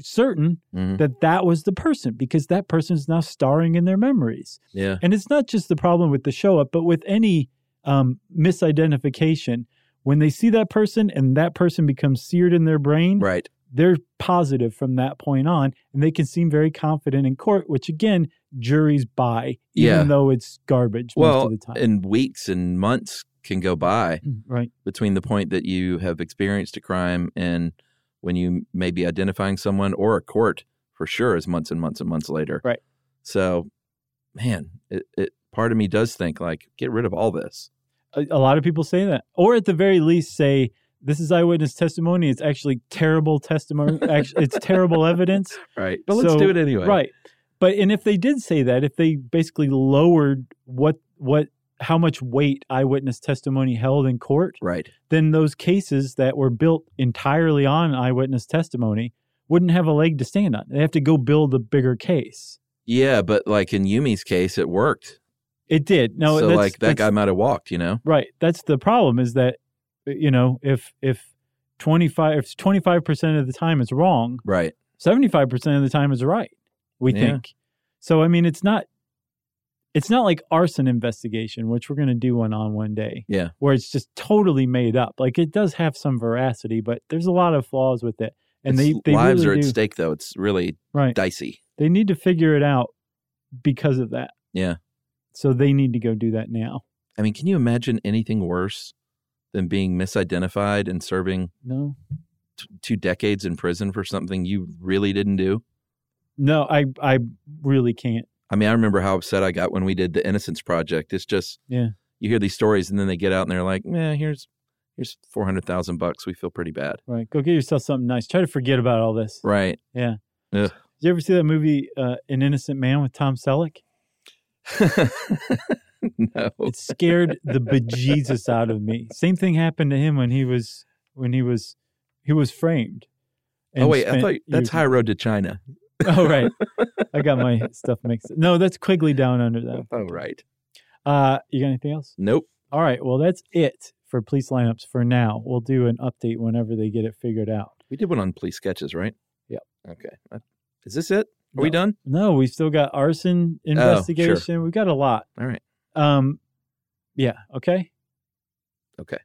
[SPEAKER 2] certain
[SPEAKER 5] hmm
[SPEAKER 2] that that was the person because that person is now starring in their memories.
[SPEAKER 5] Yeah.
[SPEAKER 2] And it's not just the problem with the show up, but with any um, misidentification. When they see that person and that person becomes seared in their brain,
[SPEAKER 5] Right.
[SPEAKER 2] they're positive from that point on, and they can seem very confident in court, which again, juries buy, even
[SPEAKER 5] Yeah.
[SPEAKER 2] though it's garbage
[SPEAKER 5] Well,
[SPEAKER 2] most of the time. Mm,
[SPEAKER 5] and weeks and months can go by
[SPEAKER 2] right,
[SPEAKER 5] between the point that you have experienced a crime and when you may be identifying someone or a court for sure is months and months and months later.
[SPEAKER 2] Right.
[SPEAKER 5] So, man, it, it part of me does think like get rid of all this.
[SPEAKER 2] a, a lot of people say that, or at the very least, say this is eyewitness testimony. It's actually terrible testimony. actually, it's terrible evidence.
[SPEAKER 5] Right. But let's
[SPEAKER 2] So-
[SPEAKER 5] do it anyway.
[SPEAKER 2] Right. But and if they did say that, if they basically lowered what what how much weight eyewitness testimony held in court,
[SPEAKER 5] Right.
[SPEAKER 2] then those cases that were built entirely on eyewitness testimony wouldn't have a leg to stand on. They have to go build a bigger case.
[SPEAKER 5] Yeah, but like in Yumi's case, it worked.
[SPEAKER 2] It did. No,
[SPEAKER 5] so
[SPEAKER 2] that's,
[SPEAKER 5] like that
[SPEAKER 2] that's-
[SPEAKER 5] guy might have walked, you know?
[SPEAKER 2] Right. That's the problem is that you know, if if 25 if 25% of the time it's wrong,
[SPEAKER 5] Right.
[SPEAKER 2] 75% of the time is right we
[SPEAKER 5] Yeah.
[SPEAKER 2] think so i mean it's not it's not like arson investigation which we're going to do one on one day
[SPEAKER 5] Yeah.
[SPEAKER 2] where it's just totally made up like it does have some veracity but there's a lot of flaws with it and
[SPEAKER 5] It's-
[SPEAKER 2] they, they
[SPEAKER 5] lives
[SPEAKER 2] really
[SPEAKER 5] are at
[SPEAKER 2] do,
[SPEAKER 5] stake though. It's really
[SPEAKER 2] right
[SPEAKER 5] dicey.
[SPEAKER 2] they need to figure it out because of that
[SPEAKER 5] Yeah.
[SPEAKER 2] so they need to go do that now
[SPEAKER 5] I mean, can you imagine anything worse than being misidentified and serving
[SPEAKER 2] no
[SPEAKER 5] t- two decades in prison for something you really didn't do?
[SPEAKER 2] no i i really can't
[SPEAKER 5] I mean, I remember how upset I got when we did the Innocence Project. It's just
[SPEAKER 2] Yeah.
[SPEAKER 5] you hear these stories and then they get out and they're like, "Man, here's here's 400,000 bucks. We feel pretty bad."
[SPEAKER 2] right go get yourself something nice try to forget about all this
[SPEAKER 5] Right.
[SPEAKER 2] did you ever see that movie uh, an innocent man with tom selleck
[SPEAKER 5] no.
[SPEAKER 2] it scared the bejesus out of me. Same thing happened to him when he was when he was he was framed.
[SPEAKER 5] Oh wait, I
[SPEAKER 2] spent
[SPEAKER 5] thought that's
[SPEAKER 2] years-
[SPEAKER 5] High Road to China.
[SPEAKER 2] Oh, right. I got my stuff mixed. No, that's Quigley down under that.
[SPEAKER 5] Oh, right.
[SPEAKER 2] Uh, you got anything else?
[SPEAKER 5] Nope.
[SPEAKER 2] All right. Well, that's it for police lineups for now. We'll do an update whenever they get it figured out.
[SPEAKER 5] We did one on police sketches, right?
[SPEAKER 2] Yep.
[SPEAKER 5] Okay. Uh, Is this it? Are we
[SPEAKER 2] No.
[SPEAKER 5] done?
[SPEAKER 2] No, we still got arson
[SPEAKER 5] Oh,
[SPEAKER 2] investigation. We've got a lot.
[SPEAKER 5] All right.
[SPEAKER 2] Um, yeah. Okay.
[SPEAKER 5] Okay.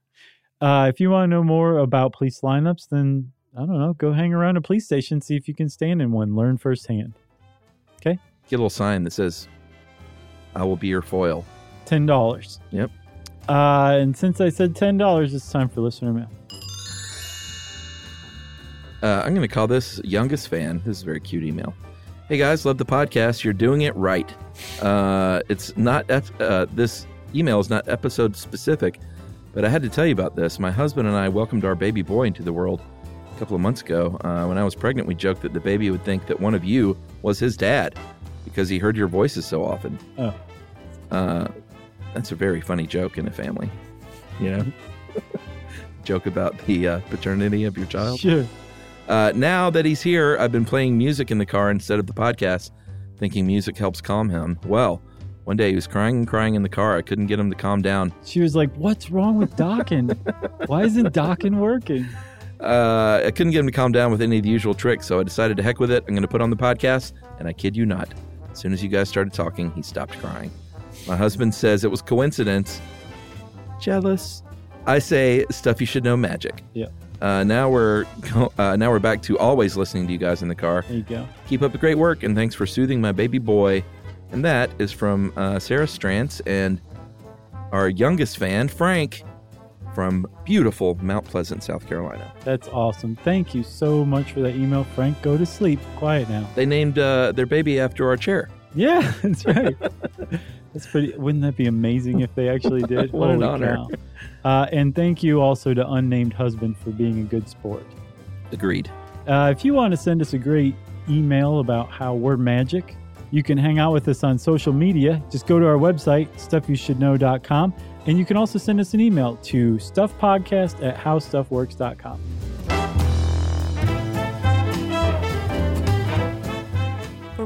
[SPEAKER 2] Uh, if you want to know more about police lineups, then I don't know. Go hang around a police station, see if you can stand in one, learn firsthand.
[SPEAKER 5] Get a little sign that says, I will be your foil.
[SPEAKER 2] Ten dollars.
[SPEAKER 5] Yep.
[SPEAKER 2] Uh, and since I said ten dollars, it's time for listener mail.
[SPEAKER 5] Uh, I'm going to call this youngest fan. This is a very cute email. Hey guys, love the podcast. You're doing it right. Uh, it's not ep- uh, this email is not episode specific, but I had to tell you about this. My husband and I welcomed our baby boy into the world a couple of months ago. Uh, when I was pregnant, we joked that the baby would think that one of you was his dad because he heard your voices so often.
[SPEAKER 2] Oh.
[SPEAKER 5] Uh, that's a very funny joke in a family. You know, joke about the uh, paternity of your child.
[SPEAKER 2] Sure.
[SPEAKER 5] Uh, now that he's here, I've been playing music in the car instead of the podcast, thinking music helps calm him. Well, one day he was crying and crying in the car. I couldn't get him to calm down.
[SPEAKER 2] She was like, "What's wrong with docking? Why isn't docking working?"
[SPEAKER 5] Uh, I couldn't get him to calm down with any of the usual tricks, so I decided to heck with it. I'm going to put on the podcast, and I kid you not. As soon as you guys started talking, he stopped crying. My husband says it was coincidence. Jealous. I say stuff you should know magic.
[SPEAKER 2] Yeah.
[SPEAKER 5] Uh, now we're go- uh, now we're back to always listening to you guys in the car.
[SPEAKER 2] There you go.
[SPEAKER 5] Keep up the great work, and thanks for soothing my baby boy. And that is from uh, Sarah Strantz and our youngest fan, Frank, from beautiful Mount Pleasant, South Carolina.
[SPEAKER 2] That's awesome. Thank you so much for that email, Frank. Go to sleep. Quiet now.
[SPEAKER 5] They named uh, their baby after our chair.
[SPEAKER 2] Yeah, that's right. that's pretty. Wouldn't that be amazing if they actually did?
[SPEAKER 5] What an
[SPEAKER 2] Holy
[SPEAKER 5] honor.
[SPEAKER 2] cow. Uh, and thank you also to unnamed husband for being a good sport.
[SPEAKER 5] Agreed.
[SPEAKER 2] Uh, if you want to send us a great email about how we're magic, you can hang out with us on social media. Just go to our website, stuffyoushouldknow.com. And you can also send us an email to stuffpodcast at howstuffworks.com.
[SPEAKER 1] For